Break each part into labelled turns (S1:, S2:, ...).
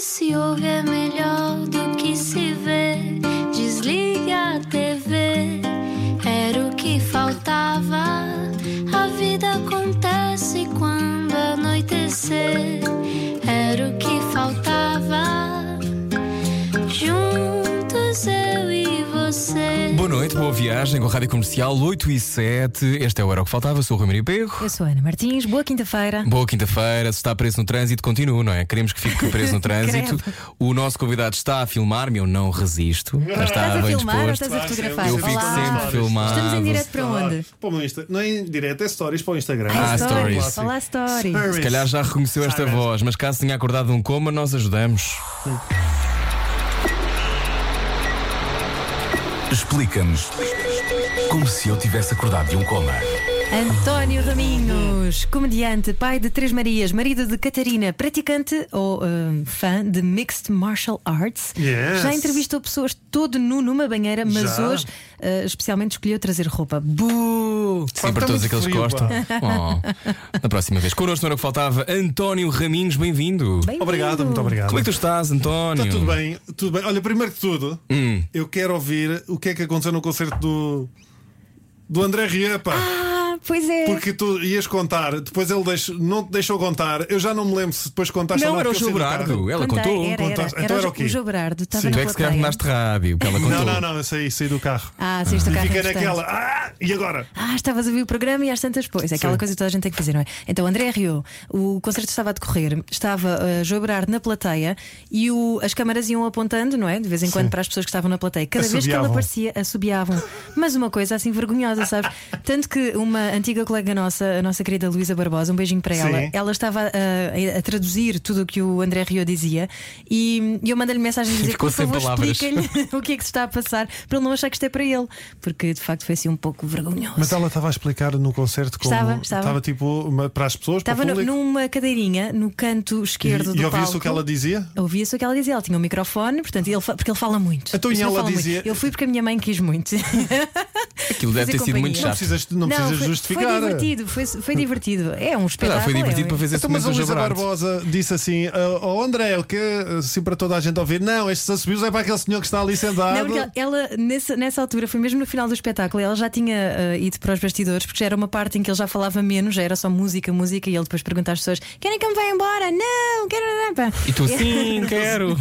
S1: se ouve é melhor do que se vê. Desliga a TV, era o que faltava. A vida acontece quando anoitecer, era o que faltava. Juntos eu e você.
S2: Boa noite, boa viagem com a Rádio Comercial 8 e 7. Este é o Era o que Faltava, sou o Rui Maria Perro.
S3: Eu sou a Ana Martins, boa quinta-feira.
S2: Boa quinta-feira, se está preso no trânsito, continua, não é? Queremos que fique preso no trânsito. o nosso convidado está a filmar-me, eu não resisto. Mas está
S3: Estás a
S2: bem
S3: filmar ou
S2: disposto.
S3: estás a fotografar?
S2: Eu
S3: Olá.
S2: fico sempre filmado.
S3: Estamos em direto para onde?
S4: Para o meu Insta. Não é em direto, é stories para o Instagram.
S2: Ah, stories.
S3: Olá, é stories.
S4: Stories.
S2: Se calhar já reconheceu esta
S4: Sabe.
S2: voz, mas caso tenha acordado de um coma, nós ajudamos.
S5: Explica-nos como se eu tivesse acordado de um coma.
S3: António Raminhos, comediante, pai de três Marias, marido de Catarina, praticante ou ah, fã de Mixed Martial Arts.
S4: Yes.
S3: Já entrevistou pessoas todo nu numa banheira, mas
S4: Já.
S3: hoje ah, especialmente escolheu trazer roupa. Bu!
S2: Sim, para
S4: está
S2: todos
S4: Uh, tá muito
S2: aqueles que
S4: frio,
S2: gostam. Oh, na próxima vez. Connosco não era o que faltava. António Raminhos, bem-vindo.
S3: Bem-vindo.
S4: Obrigado, muito obrigado.
S2: Como é que tu estás, António?
S4: Está tudo bem, tudo bem. Olha, primeiro de tudo,
S2: Hum.
S4: eu quero ouvir o que é que aconteceu no concerto do. Do André Riepa,
S3: Ah, pois é.
S4: porque tu ias contar, depois ele deixou- não te deixou contar. Eu já não me lembro se depois contaste ou
S2: Não, era o
S4: porque eu
S2: Gil
S4: saí do carro.
S2: Berardo. Ela
S3: Contei,
S2: contou.
S3: Era, era,
S4: Contaste.
S3: era,
S4: Então era
S3: o,
S4: o quê?
S3: João Berardo, estava
S4: Sim.
S3: na
S2: Tu é que se calhar
S3: plateia.
S2: tornaste rádio, que ela contou.
S4: Não, não, não, eu saí, saí do carro.
S3: Ah, sim, estou
S4: e
S3: cá
S4: fiquei
S3: restante.
S4: naquela. Ah! E agora?
S3: Ah, estavas a ver o programa e às tantas pois. É aquela
S4: Sim.
S3: coisa que toda a gente tem que fazer, não é? Então, André Rio, o concerto estava a decorrer, estava a João Berardo na plateia e o- as câmaras iam apontando, não é? De vez em quando para as pessoas que estavam na plateia. Cada vez que ele
S4: Assobiavam.
S3: aparecia, assobiavam. Mas uma coisa assim vergonhosa, sabes? Tanto que uma antiga colega nossa, a nossa querida Luísa Barbosa, um beijinho para ela,
S4: Sim.
S3: ela estava a, a- a traduzir tudo o que o André Rio dizia e, e eu mandei-lhe mensagem a dizer:
S2: Ficou
S3: por
S2: sem
S3: favor,
S2: palavras."
S3: explica-lhe o que é que se está a passar para ele não achar que isto é para ele, porque de facto foi assim um pouco vergonhoso.
S4: Mas ela estava a explicar no concerto como.
S3: Estava, estava.
S4: tipo uma- para as pessoas,
S3: Estava
S4: para o
S3: no-
S4: público.
S3: numa cadeirinha no canto
S4: E,
S3: esquerdo do
S4: e
S3: palco.
S4: ouviu-se o que ela dizia?
S3: Ouvia-se o que ela dizia, ela tinha um microfone, portanto, ele fa- porque ele fala muito.
S4: Então, e
S3: Isso não
S4: ela
S3: fala muito.
S4: dizia-
S3: Eu fui porque a minha mãe quis muito.
S2: Aquilo deve
S3: Fazer
S2: ter sido
S3: companhia.
S2: muito
S3: Não
S4: Não
S2: chato.
S4: precisas, não precisas
S3: foi,
S4: justificar.
S3: Foi divertido, foi, foi divertido. É um
S2: Ah,
S3: espetáculo.
S2: foi
S3: é,
S2: divertido para fazer
S4: Então, mas
S2: semelhança
S4: a
S2: ao Gil
S4: Luísa
S2: Berardo.
S4: Barbosa disse assim: "Ah, Ó André, ele que assim para toda a gente ouvir, não, estes assobios é para aquele senhor que está ali
S3: Não,
S4: sentado.
S3: porque ela, ela, nessa, nessa altura, foi mesmo no final do espetáculo, ela já tinha eh, ido para os bastidores, porque já era uma parte em que ele já falava menos, já era só música, música, e ele depois pergunta às pessoas: querem que eu me vá embora? Não, quero.
S2: E tu sim, quero.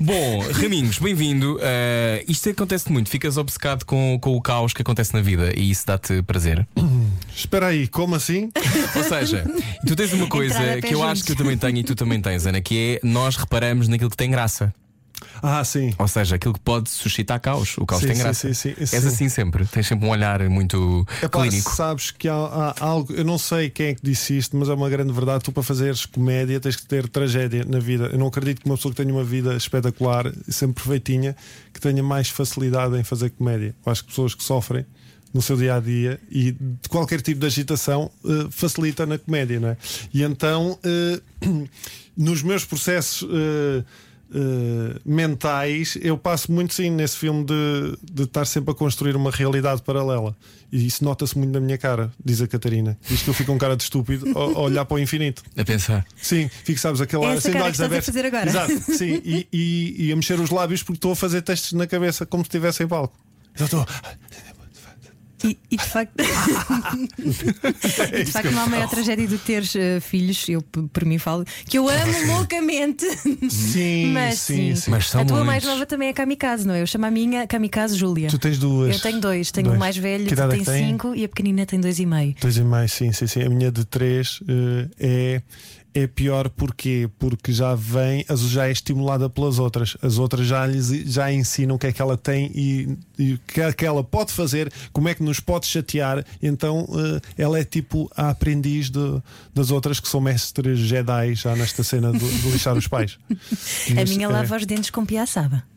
S2: Bom, Raminhos, bem-vindo. Eh, isto acontece muito, ficas obcecado com, com o caos que acontece na vida e isso dá-te prazer.
S4: Espera aí, como assim?
S2: Ou seja, tu tens uma
S3: Entrar a
S2: coisa
S3: pé
S2: que eu acho
S3: juntos.
S2: que eu também tenho e tu também tens, Ana, que é nós reparamos naquilo que tem graça.
S4: Ah, sim.
S2: Ou seja, aquilo que pode suscitar caos. O caos
S4: Sim,
S2: tem
S4: sim,
S2: graça.
S4: sim, sim,
S2: És
S4: sim.
S2: assim sempre, tens sempre um olhar muito
S4: Epá,
S2: clínico.
S4: Sabes que há, há algo, eu não sei quem é que disse isto, mas é uma grande verdade. Tu, para fazeres comédia, tens que ter tragédia na vida. Eu não acredito que uma pessoa que tenha uma vida espetacular, sempre perfeitinha, que tenha mais facilidade em fazer comédia. Eu acho que pessoas que sofrem no seu dia a dia e de qualquer tipo de agitação eh, facilita na comédia, não é? E então, eh, nos meus processos. eh, eh, mentais, eu passo muito sim nesse filme de, de estar sempre a construir uma realidade paralela. E isso nota-se muito na minha cara, diz a Catarina. Diz que eu fico um cara de estúpido a, a olhar para o infinito.
S2: A pensar.
S4: Sim, fico, sabes, aquela
S3: É essa
S4: assim, de
S3: cara que estás
S4: olhos
S3: a
S4: abertos.
S3: fazer agora.
S4: Exato, sim, e, e- e a mexer os lábios porque estou a fazer testes na cabeça como se estivesse em palco. Já estou.
S3: E, e de facto.
S4: É
S3: e de facto, não há maior tragédia do que teres eh, filhos, eu p- por mim falo, que eu amo loucamente.
S4: Sim,
S3: Uhum. Mas sim,
S4: sim, sim.
S2: Mas são
S3: a tua mais
S2: muitos.
S3: nova também é Kamikaze, não é? Eu chamo a minha Kamikaze Júlia.
S4: Tu tens duas.
S3: Eu tenho dois, tenho o mais velho
S4: Que
S3: que,
S4: idade é
S3: tem
S4: que tem?
S3: 5 e a pequenina tem dois e meio.
S4: Dois e mais, sim, sim, sim. A minha de três eh, é, é pior porquê? Porque já vem, as- já é estimulada pelas outras. As outras já, lhes, já ensinam o que é que ela tem e e o que é que ela pode fazer, como é que nos pode chatear. Então eh, ela é tipo a aprendiz de- das outras que são mestres Jedi já nesta cena de, de lixar os pais.
S3: A
S4: Mas,
S3: minha
S4: eh,
S3: lava os dentes com piaçaba.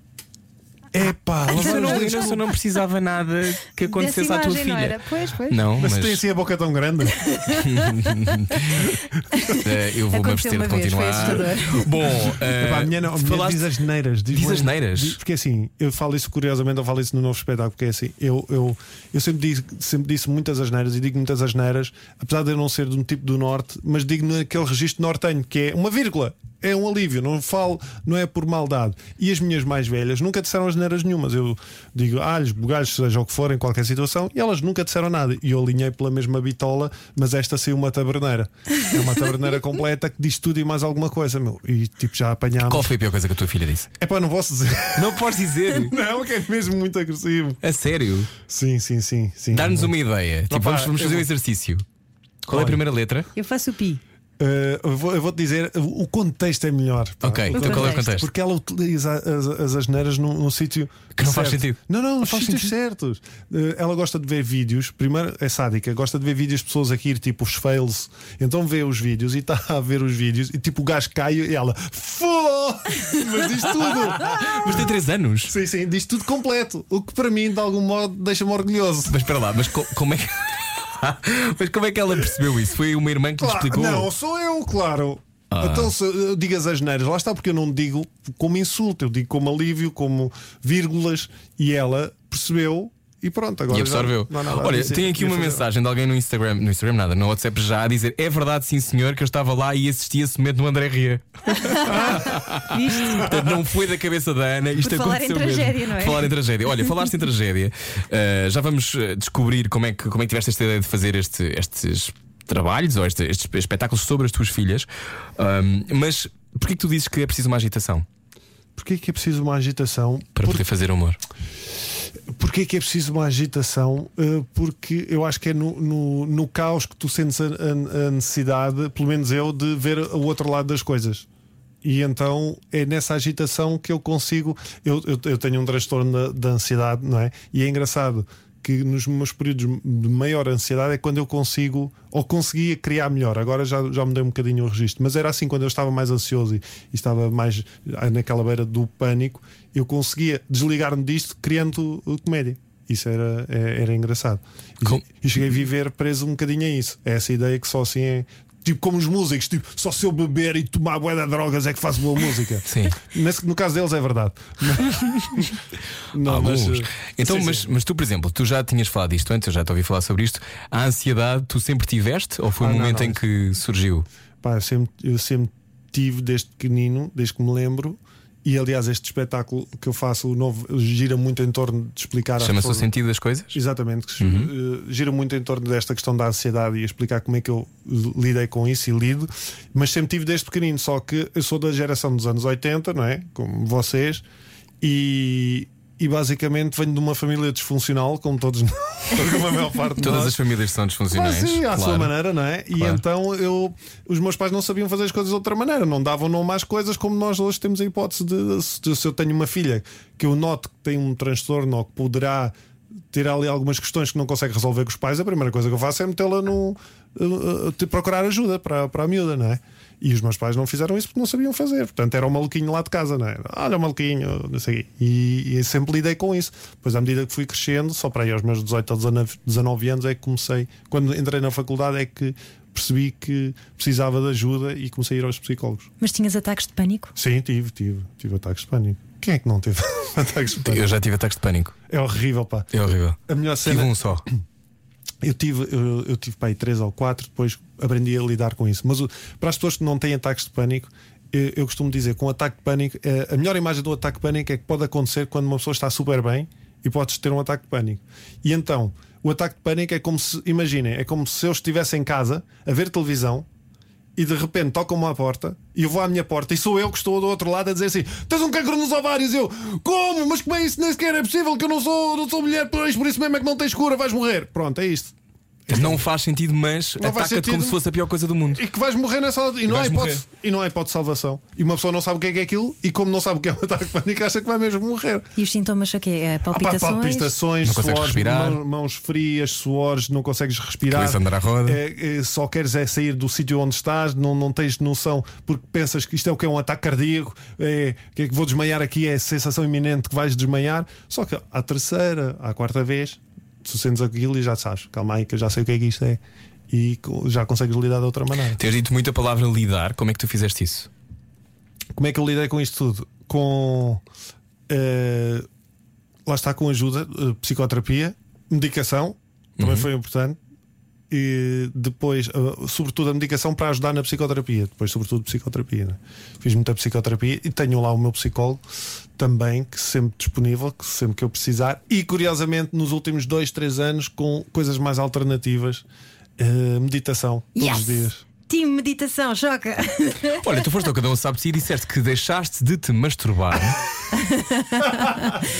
S4: Epá,
S2: Mas eu não,
S4: lavar os
S2: eu não- eu não precisava nada que acontecesse
S3: Dessa
S2: à tua
S3: imagem, não
S2: filha.
S3: era? Pois, pois.
S2: Não,
S4: Mas
S2: mas,
S4: se tem assim a boca tão grande. assim-
S2: eh, eu vou me abster
S3: Aconteceu uma
S2: de
S3: vez, foi
S2: continuar. Bom, eh,
S4: Epá, a minha não, a minha
S2: falaste-
S4: diz asneiras.
S2: Diz
S4: umas-
S2: asneiras?
S4: di- Porque assim, eu falo isso curiosamente, eu falo isso no novo espetáculo, que é assim, eu, eu, eu sempre, disse, sempre disse muitas asneiras e digo muitas asneiras, apesar de eu não ser de um tipo do norte, mas digo naquele registro nortenho, que é uma vírgula. É um alívio, não falo, não é por maldade. E as minhas mais velhas nunca disseram asneiras nenhumas. Eu digo alhos, bugalhos, seja o que for, em qualquer situação, e elas nunca disseram nada. E eu alinhei pela mesma bitola, mas esta saiu uma taberneira. É uma taberneira completa que diz tudo e mais alguma coisa, meu. E tipo, já apanhámos.
S2: Qual foi a pior coisa que a tua filha disse?
S4: É pá, não posso dizer.
S2: Não podes dizer.
S4: Não, que é mesmo muito agressivo.
S2: A sério.
S4: Sim, sim, sim. sim.
S2: Dar-nos uma ideia. Tipo,
S4: Opa,
S2: vamos, vamos
S4: eu
S2: fazer um
S4: vou-
S2: exercício. Qual é a
S4: Olha.
S2: primeira letra?
S3: Eu faço o pi.
S4: Eh, eu vou- eu vou-te dizer, o contexto é melhor. pá.
S2: Ok,
S4: O
S2: então qual é o
S3: contexto.
S2: contexto?
S4: Porque ela utiliza as, as asneiras num, num sítio
S2: Que não faz
S4: certo.
S2: sentido.
S4: Não, não, nos sítios certos. Eh, Ela gosta de ver vídeos. Primeiro, é sádica, gosta de ver vídeos de pessoas aqui, tipo os fails. Então vê os vídeos e está a ver os vídeos. E tipo o gajo cai e ela, fô! Mas diz tudo.
S2: Mas tem 3 anos.
S4: sim, sim, diz tudo completo. O que para mim, de algum modo, deixa-me orgulhoso.
S2: Mas espera lá, mas co- como é que. mas como é que ela percebeu isso? Foi uma irmã que lhe
S4: Claro,
S2: explicou? Ah.
S4: Não, sou eu, claro. Então, se, eh, digas as neiras, lá está, porque eu não digo como insulto, eu digo como alívio, como vírgulas, e ela percebeu e pronto, agora.
S2: E
S4: já
S2: absorveu.
S4: não há nada a
S2: Olha,
S4: dizer.
S2: tem aqui
S4: Ia
S2: uma
S4: fazer.
S2: mensagem de alguém no Instagram, no Instagram nada, no WhatsApp já a dizer: é verdade, sim senhor, que eu estava lá e assisti esse momento do André Ria.
S4: Ah.
S3: Viste?
S2: Portanto, não foi da cabeça da Ana, isto
S3: Por falar
S2: aconteceu
S3: em tragédia,
S2: mesmo.
S3: não é?
S2: Falar em tragédia. Olha, falaste em tragédia. Uh, já vamos uh, descobrir como é, que, como é que tiveste esta ideia de fazer este- estes trabalhos ou este- estes espetáculos sobre as tuas filhas. Um, mas porquê que tu dizes que é preciso uma agitação
S4: Porquê que é preciso uma agitação?
S2: para
S4: Por-
S2: poder fazer humor?
S4: Porquê que é preciso uma agitação? Uh, porque eu acho que é no, no, no caos que tu sentes a, a- a necessidade, pelo menos eu, de ver o outro lado das coisas. E então é nessa agitação que eu consigo. Eu, eu, eu tenho um transtorno da, da ansiedade, não é? E é engraçado que nos meus períodos de maior ansiedade é quando eu consigo ou conseguia criar melhor. Agora já, já mudei um bocadinho o registro, mas era assim quando eu estava mais ansioso e, e estava mais ah, naquela beira do pânico, eu conseguia desligar-me disto criando uh, comédia. Isso era, é- era engraçado. E,
S2: Com-
S4: e cheguei a viver preso um bocadinho a isso. É essa ideia que só assim é. Tipo como os músicos, tipo, só se eu beber e tomar bué de drogas é que faço boa música.
S2: Sim.
S4: Nesse- no caso deles é verdade. Mas- Não, mas,
S2: Alguns.
S4: uh,
S2: então,
S4: sim,
S2: mas,
S4: sim.
S2: mas tu, por exemplo, tu já tinhas falado disto antes, eu já te ouvi falar sobre isto. A ansiedade tu sempre tiveste ou foi
S4: Ah,
S2: um
S4: não,
S2: momento
S4: não.
S2: em que surgiu?
S4: Pá, eu sempre, eu sempre tive desde pequenino, desde que me lembro. E aliás, este espetáculo que eu faço, o novo, gira muito em torno de explicar
S2: Chama-se Uhum. o
S4: forma-
S2: sentido das coisas?
S4: Exatamente, que se- eh, gira muito em torno desta questão da ansiedade e explicar como é que eu lidei com isso e lido, mas sempre tive desde pequenino, só que eu sou da geração dos anos 80, não é? Como vocês, e, e basicamente venho de uma família disfuncional, como todos nós, como a maior parte de
S2: Todas
S4: nós.
S2: as famílias são
S4: Mas
S2: disfuncionais.
S4: sim, à
S2: claro.
S4: sua maneira, não é? E
S2: Claro.
S4: então eu, os meus pais não sabiam fazer as coisas de outra maneira, não davam nome às coisas como nós hoje temos a hipótese de, de- se eu tenho uma filha que eu noto que tem um transtorno ou que poderá ter ali algumas questões que não consegue resolver com os pais, a primeira coisa que eu faço é metê-la no. uh, uh, de procurar ajuda para, para a miúda, não é? E os meus pais não fizeram isso porque não sabiam fazer, portanto era o maluquinho lá de casa, não é? Olha o maluquinho, não sei. o quê. E, e sempre lidei com isso. Pois à medida que fui crescendo, só para aí aos meus 18 ou 19, 19 anos é que comecei, quando entrei na faculdade, é que percebi que precisava de ajuda e comecei a ir aos psicólogos.
S3: Mas tinhas ataques de pânico?
S4: Sim, tive, tive, tive ataques de pânico. Quem é que não teve ataques de pânico?
S2: Eu já tive ataques de pânico.
S4: É horrível, pá.
S2: É horrível.
S4: A melhor
S2: Tive
S4: cena.
S2: um só.
S4: Eu tive, eu, eu tive para aí 3 ou 4, depois aprendi a lidar com isso. Mas o- para as pessoas que não têm ataques de pânico, eu, eu costumo dizer que um ataque de pânico, eh, a melhor imagem do ataque de pânico é que pode acontecer quando uma pessoa está super bem e podes ter um ataque de pânico. E então, o ataque de pânico é como se, imaginem, é como se eu estivesse em casa a ver televisão e de repente tocam-me à porta e eu vou à minha porta e sou eu que estou do outro lado a dizer assim: tens um cancro nos ovários. E Eu, como? Mas como é isso? Nem sequer é possível que eu não sou, não sou mulher, pois por isso mesmo é que não tens cura, vais morrer. Pronto, é isto.
S2: Não faz sentido, mas
S4: Não faz
S2: ataca-te como
S4: sentido.
S2: se fosse a pior coisa do mundo.
S4: E que vais morrer nessa altura. E não, há
S2: vais
S4: hipótese,
S2: morrer.
S4: e não há hipótese de salvação. E uma pessoa não sabe o que é, que é aquilo, e como não sabe o que é um ataque de pânico, acha que vai mesmo morrer.
S3: E os sintomas são o quê? É
S4: Ah, pá,
S3: palpitações?
S4: palpitações,
S2: Não consegues
S4: suores,
S2: respirar.
S4: mão- mãos frias, suores, não consegues respirar.
S2: Começa a andar à roda.
S4: É, é, só queres é sair do sítio onde estás, não, não tens noção, porque pensas que isto é o que é um ataque cardíaco, é que é que vou desmaiar aqui, é a sensação iminente que vais desmaiar. Só que à terceira, à quarta vez, tu sentes aquilo e já sabes, calma aí, que eu já sei o que é que isto é. E co- já consegues lidar de outra maneira.
S2: Tens dito muito a palavra lidar, como é que tu fizeste isso?
S4: Como é que eu lidei com isto tudo? Com. eh, lá está com ajuda, eh, psicoterapia, medicação, também foi importante. E depois, eh, sobretudo, a medicação para ajudar na psicoterapia. Depois, sobretudo, psicoterapia. né? Fiz muita psicoterapia e tenho lá o meu psicólogo também, que sempre disponível, que sempre que eu precisar. E curiosamente, nos últimos dois, três anos, com coisas mais alternativas, eh, meditação todos os dias.
S3: Yes! Time meditação, choca!
S2: Olha, tu foste ao Cada Um Sabe de Si e disseste que deixaste de te masturbar.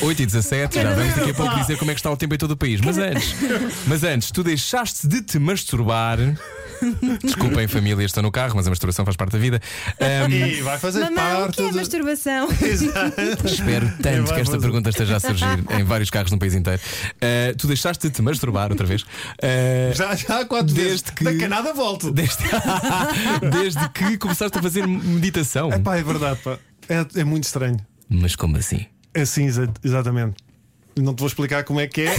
S2: 8 e 17, já vamos daqui a pouco dizer como é que está o tempo em todo o país. Mas antes, mas antes tu deixaste de te masturbar. Desculpem, família, estou no carro, mas a masturbação faz parte da vida. Ahm,
S4: E vai fazer
S3: Mamãe, o
S4: parte.
S3: que é
S4: do-
S3: masturbação?
S2: Espero
S4: Eu
S2: tanto
S4: vou
S2: que esta
S4: fazer.
S2: pergunta esteja a surgir em vários carros no país inteiro. Ah, tu deixaste de te masturbar outra vez. Ah,
S4: Já, já há quatro vezes.
S2: Desde que-
S4: Da canada volto.
S2: desde... desde que começaste a fazer meditação.
S4: Epá, é verdade, pá. É, é muito estranho.
S2: Mas como assim?
S4: É sim, exa- exatamente. Não te vou explicar como é que é.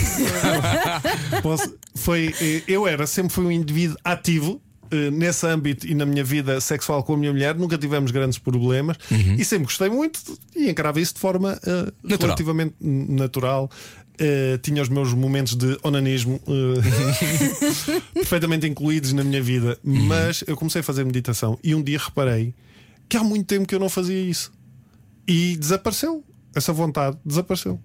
S4: Posso- Foi, eh, eu era, sempre fui um indivíduo ativo. eh, Nesse âmbito e na minha vida sexual com a minha mulher, nunca tivemos grandes problemas e sempre gostei muito e encarava isso de forma eh,
S2: Natural.
S4: relativamente n- natural. Eh, tinha os meus momentos de onanismo eh, perfeitamente incluídos na minha vida, mas eu comecei a fazer meditação e um dia reparei que há muito tempo que eu não fazia isso e desapareceu. Essa vontade desapareceu.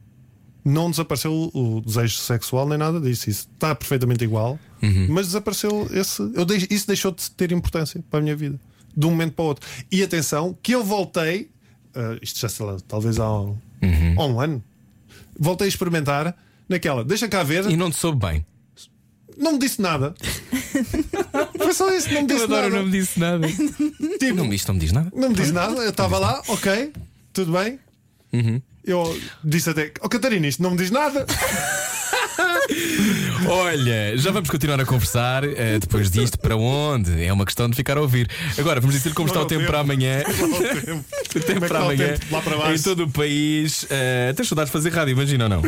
S4: Não desapareceu o desejo sexual nem nada disso. Isso está perfeitamente igual,
S2: Uhum.
S4: mas desapareceu esse. Eu dei- isso deixou de ter importância para a minha vida, de um momento para o outro. E atenção, que eu voltei, ah, isto já sei lá, talvez há um,
S2: Uhum.
S4: há um ano, voltei a experimentar naquela, deixa cá ver,
S2: E não te soube bem.
S4: não me disse nada. Foi só isso, não me
S2: Eu
S4: disse
S2: adoro,
S4: nada.
S2: não me disse nada.
S4: Tipo,
S2: Não, isto não me diz nada.
S4: não me disse nada, eu estava lá, ok, tudo bem.
S2: Uhum.
S4: Eu disse até, oh Catarina, isto não me diz nada.
S2: Olha, já vamos continuar a conversar. eh, depois disto, para onde? É uma questão de ficar a ouvir. Agora, vamos dizer como está o
S4: Não,
S2: tempo
S4: eu-
S2: para amanhã. O
S4: Como é
S2: tempo
S4: que
S2: para
S4: está o
S2: amanhã.
S4: tempo lá para
S2: Em
S4: baixo?
S2: todo o país. Eh, tens saudades de fazer rádio, imagina ou não?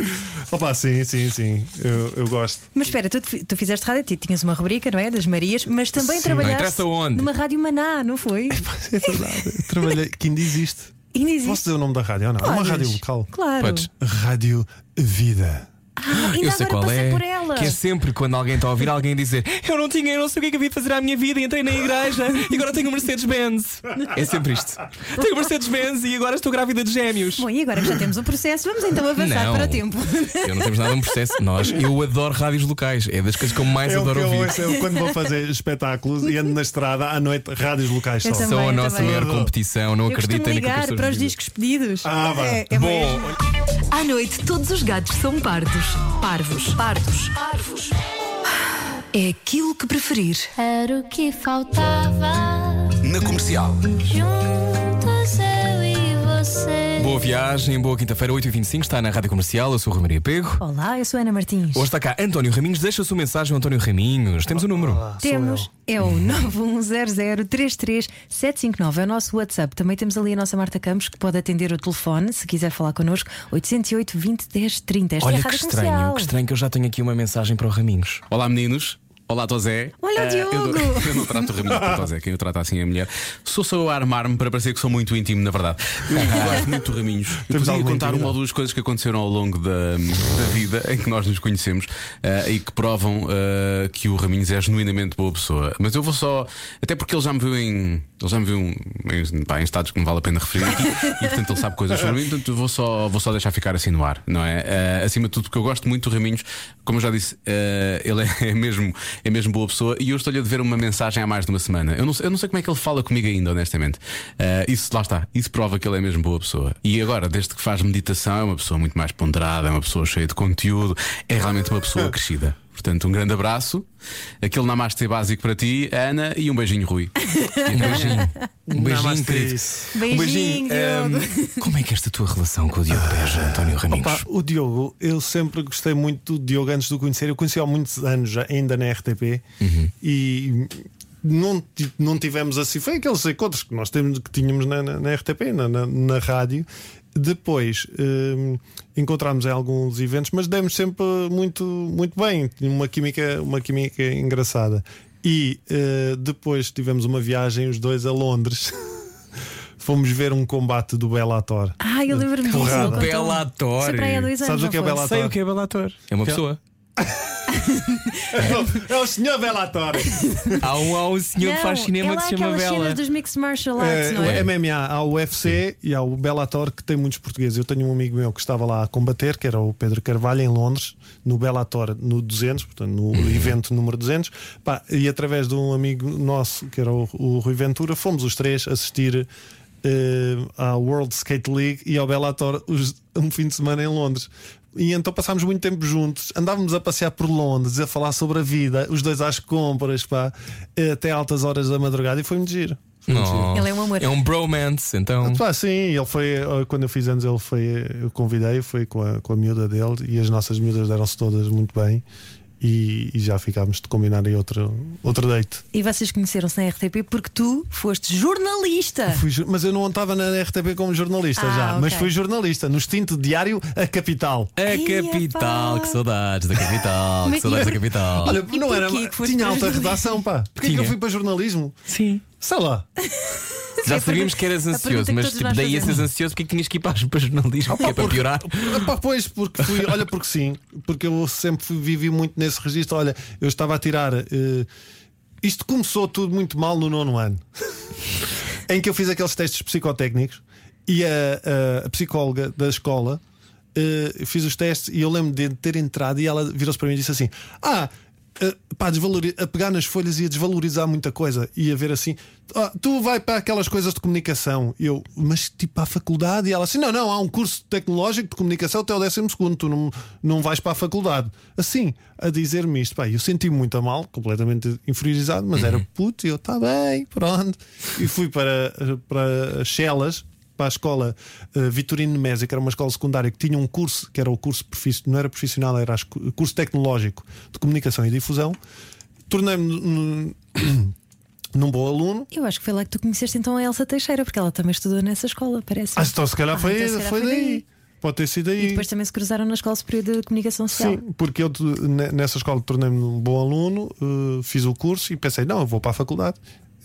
S4: Opa, sim, sim, sim, eu, eu gosto.
S3: Mas espera, tu, tu fizeste rádio, ti- tinhas uma rubrica, não é? Das Marias, mas também trabalhaste
S2: Não interessa onde.
S3: numa rádio Maná, não foi?
S4: É verdade, eu trabalhei, que ainda existe.
S3: Ainda existe.
S4: Posso dizer o nome da rádio ou não? É Uma
S3: Podes.
S4: rádio local.
S3: Claro.
S2: Podes.
S4: Rádio Vida.
S3: Ah, ainda
S2: eu sei
S3: agora
S2: qual
S3: passei
S2: é.
S3: por ela.
S2: Que é sempre quando alguém está a ouvir alguém dizer Eu não tinha, eu não sei o que é que havia de fazer à minha vida, entrei na igreja e agora tenho um Mercedes-Benz. É sempre isto. Tenho um Mercedes-Benz e agora estou grávida de gêmeos.
S3: Bom, e agora que já temos o processo, vamos então avançar
S2: Não.
S3: para o tempo.
S2: Eu não temos nada um processo. Nós, eu adoro rádios locais. É das coisas que eu mais
S4: Eu,
S2: adoro
S4: eu,
S2: ouvir.
S4: ouço, eu quando vou fazer espetáculos e ando na estrada à noite, rádios locais só.
S3: Eu também.
S2: São a nossa maior
S4: também.
S2: competição. Não
S3: Eu costumo
S2: acreditem naquilo que as
S3: ligar
S2: pessoas
S3: para os
S2: dizem.
S3: discos pedidos.
S4: Ah, vá.
S3: é, é bom.
S2: Bom,
S6: À noite, todos os gatos são pardos. Parvos, pardos, parvos. É aquilo que preferir.
S1: Era o que faltava.
S5: Na comercial.
S1: Juntos eu e você.
S2: boa viagem, boa quinta-feira, 8h25. Está na Rádio Comercial. Eu sou o Rui Maria Pego.
S3: Olá, eu sou a Ana Martins.
S2: Hoje está cá António Raminhos. Deixa a sua mensagem, António Raminhos. Temos o número.
S3: Temos, é o 910033759, é o nosso WhatsApp. Também temos ali a nossa Marta Campos, que pode atender o telefone, se quiser falar connosco, 808 20 10 30. Esta é
S2: Olha
S3: a
S2: que
S3: Rádio
S2: estranho,
S3: Comercial.
S2: que estranho que eu já tenho aqui uma mensagem para o Raminhos.
S7: Olá meninos, olá Tozé.
S3: Olha o
S7: Eh, eu
S3: Diogo.
S7: dou- Eu, não trato o Ramiro por Tozé, quem eu trato assim é a mulher. Sou só eu a armar-me para parecer que sou muito íntimo, na verdade. Eu gosto muito do Raminhos. Eu
S4: Temos
S7: podia
S4: alguma
S7: contar
S4: intimidade?
S7: uma ou duas coisas que aconteceram ao longo da, da vida em que nós nos conhecemos eh, e que provam eh, que o Raminhos é genuinamente boa pessoa. Mas eu vou só. Até porque ele já me viu em. Ele já me viu em, pá, em estados que não vale a pena referir aqui e portanto ele sabe coisas sobre mim, portanto eu vou só, vou só deixar ficar assim no ar, não é? Eh, acima de tudo, porque eu gosto muito do Raminhos, como eu já disse, eh, ele é, é mesmo, é mesmo boa pessoa e eu estou-lhe a dever uma mensagem há mais de uma semana. Eu não, sei- eu não sei como é que ele fala comigo ainda, honestamente. Eh, isso, lá está, isso prova que ele é mesmo boa pessoa. E agora, desde que faz meditação, é uma pessoa muito mais ponderada, é uma pessoa cheia de conteúdo, é realmente uma pessoa crescida. Portanto, um grande abraço, aquele namastê básico para ti, Ana, e um beijinho, Rui.
S2: Um beijinho. Um beijinho,
S4: Namastê.
S2: querido. Um beijinho.
S3: Beijinho, Diogo.
S2: Ahm, como é que é esta tua relação com o Diogo Beja, António Ramingos?
S4: Pá, o Diogo, eu sempre gostei muito do Diogo antes de o conhecer. Eu conheci há muitos anos já, ainda na RTP e não, ti- não tivemos assim. Foi aqueles encontros que nós temos, que tínhamos na, na- na RTP, na, na- na rádio. Depois hum, encontramos em alguns eventos, mas demos sempre muito, muito bem. Tinha Uma química, uma química engraçada. E eh, depois tivemos uma viagem, os dois, a Londres. Fomos ver um combate do Bellator.
S3: Ah, eu lembro-me disso.
S4: Porrada.
S3: ele contou-me.
S2: Bellator.
S3: Foi para aí há dois anos.
S4: Sabes o
S3: não
S4: que é
S3: foi?
S4: Bellator?
S2: Sei o que é Belator. É uma pessoa.
S4: É o senhor Bellator.
S2: Há um, há um senhor que
S3: Não,
S2: faz cinema
S3: é
S2: que
S3: lá
S2: se chama
S3: aquelas
S2: Bela.
S3: cenas dos mixed martial arts,
S4: É,
S3: não é?
S4: o MMA, há o UFC e há o Bellator que tem muitos portugueses. Eu tenho um amigo meu que estava lá a combater, que era o Pedro Carvalho, em Londres, no Bellator no 200, portanto, no evento número 200. Pá, e através de um amigo nosso, que era o, o Rui Ventura, fomos os três assistir eh, à World Skate League e ao Bellator os- um fim de semana em Londres. E então passámos muito tempo juntos, andávamos a passear por Londres, a falar sobre a vida, os dois às compras, pá, eh, até altas horas da madrugada e foi muito giro. Foi muito giro.
S2: Não.
S3: Ele é um amor.
S2: É um bromance,
S3: Hum.
S2: então.
S4: Ah, sim, ele foi eh, quando eu fiz anos, ele foi, eh, eu convidei, foi com a, com a miúda dele e as nossas miúdas deram-se todas muito bem e, e já ficámos de combinar aí outro, outro date.
S3: E vocês conheceram-se na RTP porque tu foste jornalista.
S4: Fui ju- mas eu não estava na RTP como jornalista
S3: É. Ah,
S4: já, mas
S3: ok. Ah.
S4: fui jornalista no extinto diário A Capital.
S2: A
S3: Ai,
S2: capital,
S3: epá.
S2: que saudades da capital, que
S3: é Mas-
S2: saudades da capital.
S4: Olha,
S3: E
S4: não era,
S3: porquê que foste
S4: tinha
S3: para
S4: alta
S3: jornalismo?
S4: redação, pá. Porquê que eu
S2: Tinha.
S4: fui para jornalismo?
S2: sim.
S4: Sei lá.
S2: Já
S3: a
S2: sabíamos
S3: pergunta-
S2: que eras
S3: é a pergunta
S2: ansioso,
S3: que
S2: mas
S3: todos
S2: tipo,
S3: nós
S2: daí a
S3: fazemos.
S2: seres ansioso, porque é que tinhas que ir para, para jornalismo? que é para piorar.
S4: Epá, Ah, pois, porque fui, olha, porque sim, porque eu sempre fui- vivi muito nesse registro. Olha, eu estava a tirar. eh, isto começou tudo muito mal no nono ano, em que eu fiz aqueles testes psicotécnicos e a, a- a psicóloga da escola eh, fiz os testes e eu lembro de ter entrado e ela virou-se para mim e disse assim: Ah. eh, pá, desvalori- a pegar nas folhas e a desvalorizar muita coisa e a ver assim, "Ah, tu vai para aquelas coisas de comunicação. Eu, mas tipo à faculdade, e ela assim: não, não, há um curso tecnológico de comunicação até o décimo segundo, tu não, não vais para a faculdade. Assim, a dizer-me isto, pá, eu senti-me muito a mal, completamente inferiorizado, mas era puto, e eu, tá bem, pronto. E fui para, para Chelas, para a escola eh, Vitorino Nemésio, que era uma escola secundária que tinha um curso, que era o curso profissional, não era profissional, era as cu- curso tecnológico de comunicação e difusão. Tornei-me num- num bom aluno.
S3: Eu acho que foi lá que tu conheceste então a Elsa Teixeira, porque ela também estudou nessa escola, parece.
S4: Ah, então se calhar
S3: Ah,
S4: foi,
S3: então se calhar
S4: foi
S3: foi
S4: daí.
S3: daí.
S4: Pode ter sido
S3: E
S4: daí.
S3: depois também se cruzaram na Escola Superior de Comunicação Social.
S4: Sim, porque eu ne- nessa escola tornei-me um bom aluno, eh, fiz o curso e pensei, não, eu vou para a faculdade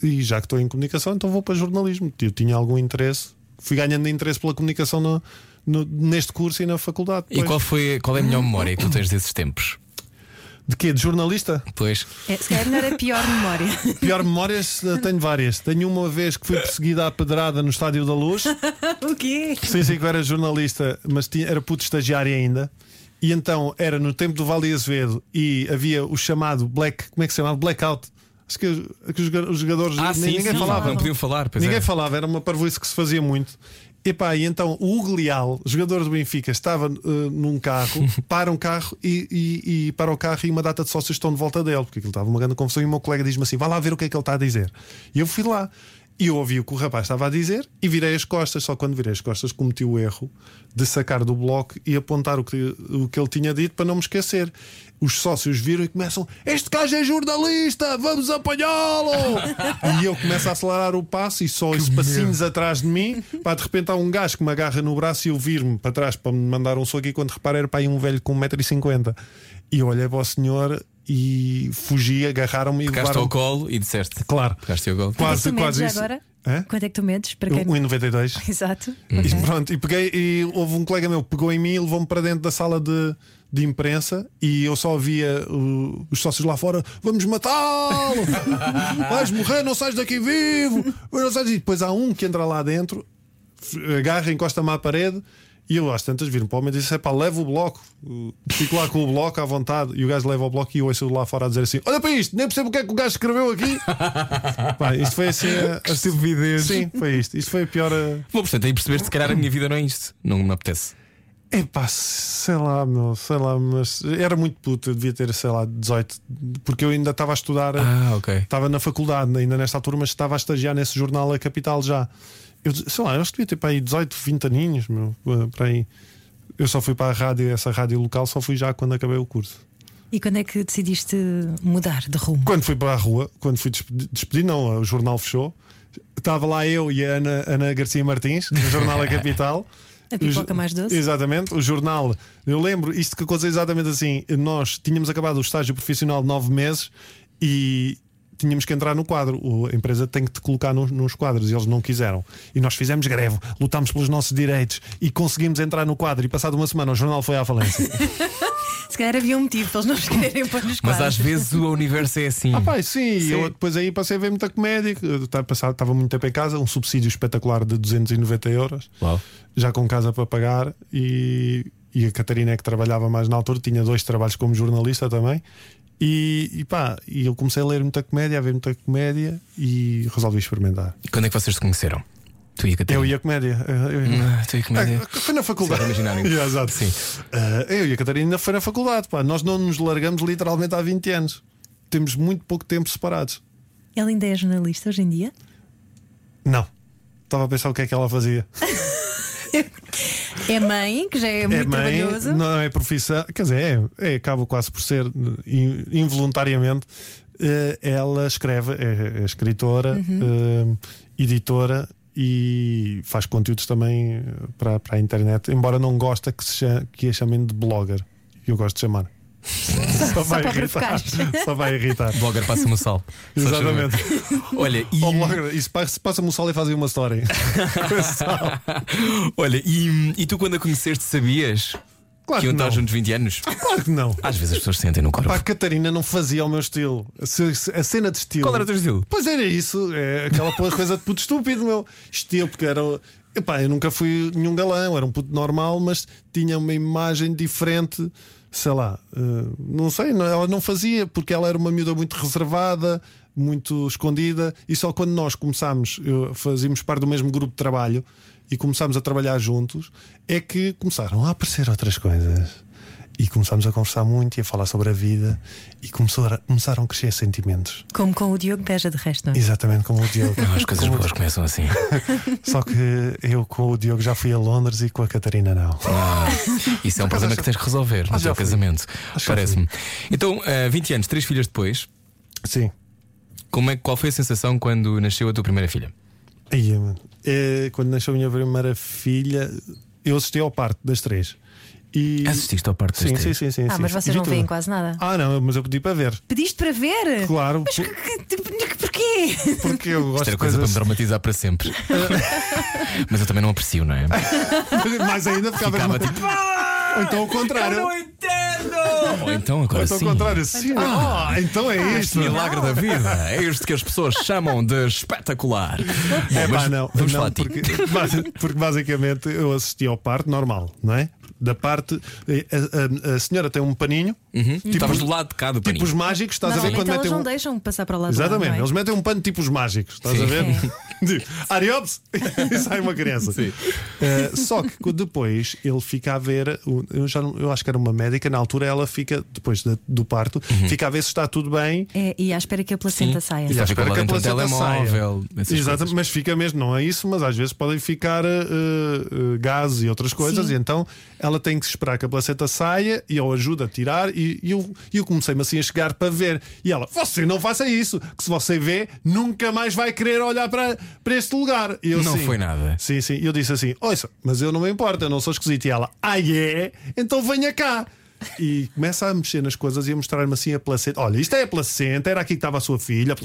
S4: e já que estou em comunicação, então vou para jornalismo. Eu tinha algum interesse, fui ganhando interesse pela comunicação no- no- neste curso e na faculdade.
S2: E
S4: depois.
S2: qual, foi, qual é a melhor memória que tu tens desses tempos?
S4: De quê? De jornalista?
S2: Pois.
S3: É, se calhar não era a pior memória.
S4: Pior memórias, eh, tenho várias. Tenho uma vez que fui perseguida à pedrada no Estádio da Luz.
S3: o quê?
S4: Sim, sim, que eu era jornalista, mas tinha- era puto estagiário ainda. E então era no tempo do Vale Azevedo e havia o chamado black. Como é que se chamava? Blackout. Acho que, os- que os joga- os jogadores.
S2: Ah,
S4: nem-
S2: sim,
S4: ninguém
S2: sim,
S4: falava.
S2: Não podiam falar, pois
S4: Ninguém
S2: é.
S4: falava, era uma parvoíce que se fazia muito. Epá, e então o Hugo Leal, jogador do Benfica, estava eh, num carro, para um carro e, e- e para o carro e uma data de sócios estão de volta dele, porque aquilo estava uma grande confusão. E o meu colega diz-me assim: vá lá ver o que é que ele está a dizer. E eu fui lá e eu ouvi o que o rapaz estava a dizer e virei as costas. Só quando virei as costas cometi o erro de sacar do bloco e apontar o que, o que ele tinha dito para não me esquecer. Os sócios viram e começam: Este gajo é jornalista, vamos apanhá-lo! e eu começo a acelerar o passo e só os passinhos atrás de mim. Pá, de repente há um gajo que me agarra no braço e eu viro-me para trás para me mandar um soco. E quando reparo era para aí um velho com 1,50m. E eu olhei para o senhor e fugi, agarraram-me e
S2: Pegaste ao
S4: levaram.
S2: colo e disseste.
S4: Claro,
S2: Pegaste ao colo.
S4: quase,
S3: tu medes
S4: quase
S3: já
S4: isso.
S3: agora?
S4: Hã? Hum.
S3: Quanto é que tu medes? Para quem?
S4: 1,92m.
S3: Exato.
S4: E
S3: Ok.
S4: pronto, e peguei, e houve um colega meu que pegou em mim e levou-me para dentro da sala de, de imprensa e eu só via o- os sócios lá fora: vamos matá-lo! Vais morrer, não sais daqui vivo! Não sais... E depois há um que entra lá dentro, f- agarra, encosta-me à parede. E eu às tantas viro para o homem e disse: pá, leva o bloco, fico lá com o bloco à vontade. E o gajo leva o bloco e eu ouço lá fora a dizer assim: olha para isto, nem percebo o que é que o gajo escreveu aqui. Pá, isto foi assim. a- a-
S2: estupidez.
S4: Sim, foi isto. Isto foi a pior. a-
S2: Bom, portanto, aí percebeste que se calhar a minha vida não é isto. Não me apetece.
S4: Epá, sei lá, meu, sei lá, mas era muito puto, eu devia ter, sei lá, 18, porque eu ainda estava a estudar,
S2: Ah, ok.
S4: estava na faculdade ainda nesta altura, mas estava a estagiar nesse jornal A Capital já. Eu, sei lá, eu acho que devia ter para aí 18, 20 aninhos, meu, eh, para aí. Eu só fui para a rádio, essa rádio local, só fui já quando acabei o curso.
S3: E quando é que decidiste mudar de rumo?
S4: Quando fui para a rua, quando fui despedi, despedi, não, o jornal fechou. Estava lá eu e a Ana, Ana Garcia Martins, no jornal A Capital.
S3: A pipoca
S4: O jo-
S3: mais doce?
S4: Exatamente, o jornal. Eu lembro isto que coisa exatamente assim. Nós tínhamos acabado o estágio profissional de nove meses e tínhamos que entrar no quadro. O- A empresa tem que te colocar nos, nos quadros e eles não quiseram. E nós fizemos greve, lutámos pelos nossos direitos e conseguimos entrar no quadro. E passado uma semana o jornal foi à falência.
S3: Se calhar havia um motivo para eles não nos quererem pôr nos
S2: Mas às
S3: quadros.
S2: vezes o universo é assim.
S4: Ah, pá, sim, eu depois aí passei a ver muita comédia. que eu Estava passado- estava muito tempo em casa, um subsídio espetacular de 290 euros,
S2: Uau.
S4: já com casa para pagar. E, e a Catarina, é que trabalhava mais na altura, tinha dois trabalhos como jornalista também. E, e pá, e eu comecei a ler muita comédia, a ver muita comédia e resolvi experimentar.
S2: E quando é que vocês se conheceram? Tu e a Catarina?
S4: Eu e a comédia. eu e a comédia.
S2: Ah, tu e a comédia.
S4: Ah, Foi na faculdade.
S2: Sim, era imaginário.
S4: Yeah, exato.
S2: Sim.
S4: Ah, eu e a Catarina ainda foi na faculdade. Pá. Nós não nos largamos literalmente há 20 anos. Temos muito pouco tempo separados.
S3: Ela ainda é jornalista hoje em dia?
S4: Não. Estava a pensar o que é que ela fazia.
S3: É mãe, que já é muito
S4: é mãe,
S3: trabalhoso.
S4: não é profissão. Quer dizer, é, é, acaba quase por ser in- involuntariamente. Eh, ela escreve, é, é escritora,
S3: Uhum.
S4: eh, editora e faz conteúdos também eh, para, para a internet, embora não gosta que, se cha- que a chamem de blogger. Eu gosto de chamar. Só,
S3: para provocar.
S4: Só vai irritar.
S2: Blogger passa-me o sal.
S4: Exatamente.
S2: Olha, e.
S4: Ou blogger, isso pa- se passa-me o sol e fazem uma história.
S2: Olha, e, e tu quando a conheceste sabias
S4: Claro
S2: que um tá iam
S4: que
S2: estar
S4: não.
S2: juntos 20 anos?
S4: Claro que não.
S2: Às vezes as pessoas sentem no corpo.
S4: Pá, a Catarina não fazia o meu estilo. Se- se- A cena de estilo.
S2: Qual era o teu estilo?
S4: Pois era isso, é aquela po- coisa de puto estúpido, meu. Estilo, porque era. Epá, eu nunca fui nenhum galão, era um puto normal, mas tinha uma imagem diferente, sei lá, eh, não sei, não- ela não fazia, porque ela era uma miúda muito reservada, muito escondida, e só quando nós começámos, eu- fazíamos parte do mesmo grupo de trabalho e começámos a trabalhar juntos, é que começaram a aparecer outras coisas. E começámos a conversar muito e a falar sobre a vida, e começou a- começaram a crescer sentimentos.
S3: Como com o Diogo Beja de resto, não é?
S4: Exatamente como o Diogo.
S2: Não, as coisas
S4: Como-
S2: boas começam assim.
S4: Só que eu com o Diogo já fui a Londres e com a Catarina não.
S2: Isso é um problema que tens que resolver no
S4: já
S2: teu
S4: fui.
S2: casamento.
S4: Acho que já
S2: Parece-me. Então, ah, 20 anos, três filhas depois,
S4: Sim.
S2: como é, qual foi a sensação quando nasceu a tua primeira filha?
S4: Aí, mano. É, quando nasceu a minha primeira filha, eu assisti ao parto das três. E...
S2: Assististe ao parto das
S4: Sim,
S2: três?
S4: sim, sim, sim.
S3: Ah,
S4: sim.
S3: mas vocês
S4: Vi
S3: não veem
S4: tudo.
S3: quase nada.
S4: Ah, não, mas eu pedi para ver.
S3: Pediste para ver?
S4: Claro,
S3: Mas que, que- tipo, porquê?
S4: por- porque eu gosto
S2: Isto
S4: de
S2: era coisa para me
S4: coisas.
S2: traumatizar para sempre. Mas eu também não aprecio, não é?
S4: Mas ainda ficava.
S2: Ficava tipo.
S4: Ou então ao contrário.
S2: Ou então agora
S4: Ou então ao
S2: sim.
S4: contrário. Sim. Ah, então é isto.
S2: Milagre da vida. É isto que as pessoas chamam de espetacular. Bom,
S4: É pá,
S2: mas
S4: não,
S2: vamos
S4: não,
S2: falar de ti.
S4: porque, basi- porque basicamente eu assisti ao parto normal, não é? Da parte. eh, A, a- a senhora tem um paninho, tipo,
S2: Uhum. Estavas do lado de cá do paninho.
S4: tipo os mágicos, estás a ver
S3: Normalmente
S4: quando
S3: elas
S4: metem
S3: não
S4: um.
S3: deixam passar para o lado de lá,
S4: Exatamente,
S3: não é?
S4: eles metem um pano tipo os mágicos, estás
S2: Sim.
S4: a ver? Tipo, Ariops! e sai uma criança. Uh, só que co- depois ele fica a ver, o- eu, já, não- eu acho que era uma médica, na altura ela fica, depois da- do parto,
S2: Uhum.
S4: fica a ver se está tudo bem
S3: É, e à espera que a placenta saia.
S2: Sim. Só
S4: à
S2: fica
S4: espera
S2: lá
S4: que a
S2: dentro do
S4: placenta saia.
S2: telemóvel, essas coisas.
S4: Exatamente, mas fica mesmo, não é isso, mas às vezes podem ficar eh, eh, gases e outras coisas,
S3: Sim.
S4: e então ela tem que esperar que a placenta saia e eu ajuda a tirar. E, e eu, e eu comecei-me assim a chegar para ver. E ela, você não faça isso, que se você vê, nunca mais vai querer olhar para, para este lugar. E eu,
S2: Não
S4: assim,
S2: foi nada.
S4: Sim, sim. E eu disse assim: ouça, mas eu não me importo, eu não sou esquisito. E ela, ah, é? Então venha cá. E começa a mexer nas coisas e a mostrar-me assim a placenta. Olha, isto é a placenta, era aqui que estava a sua filha.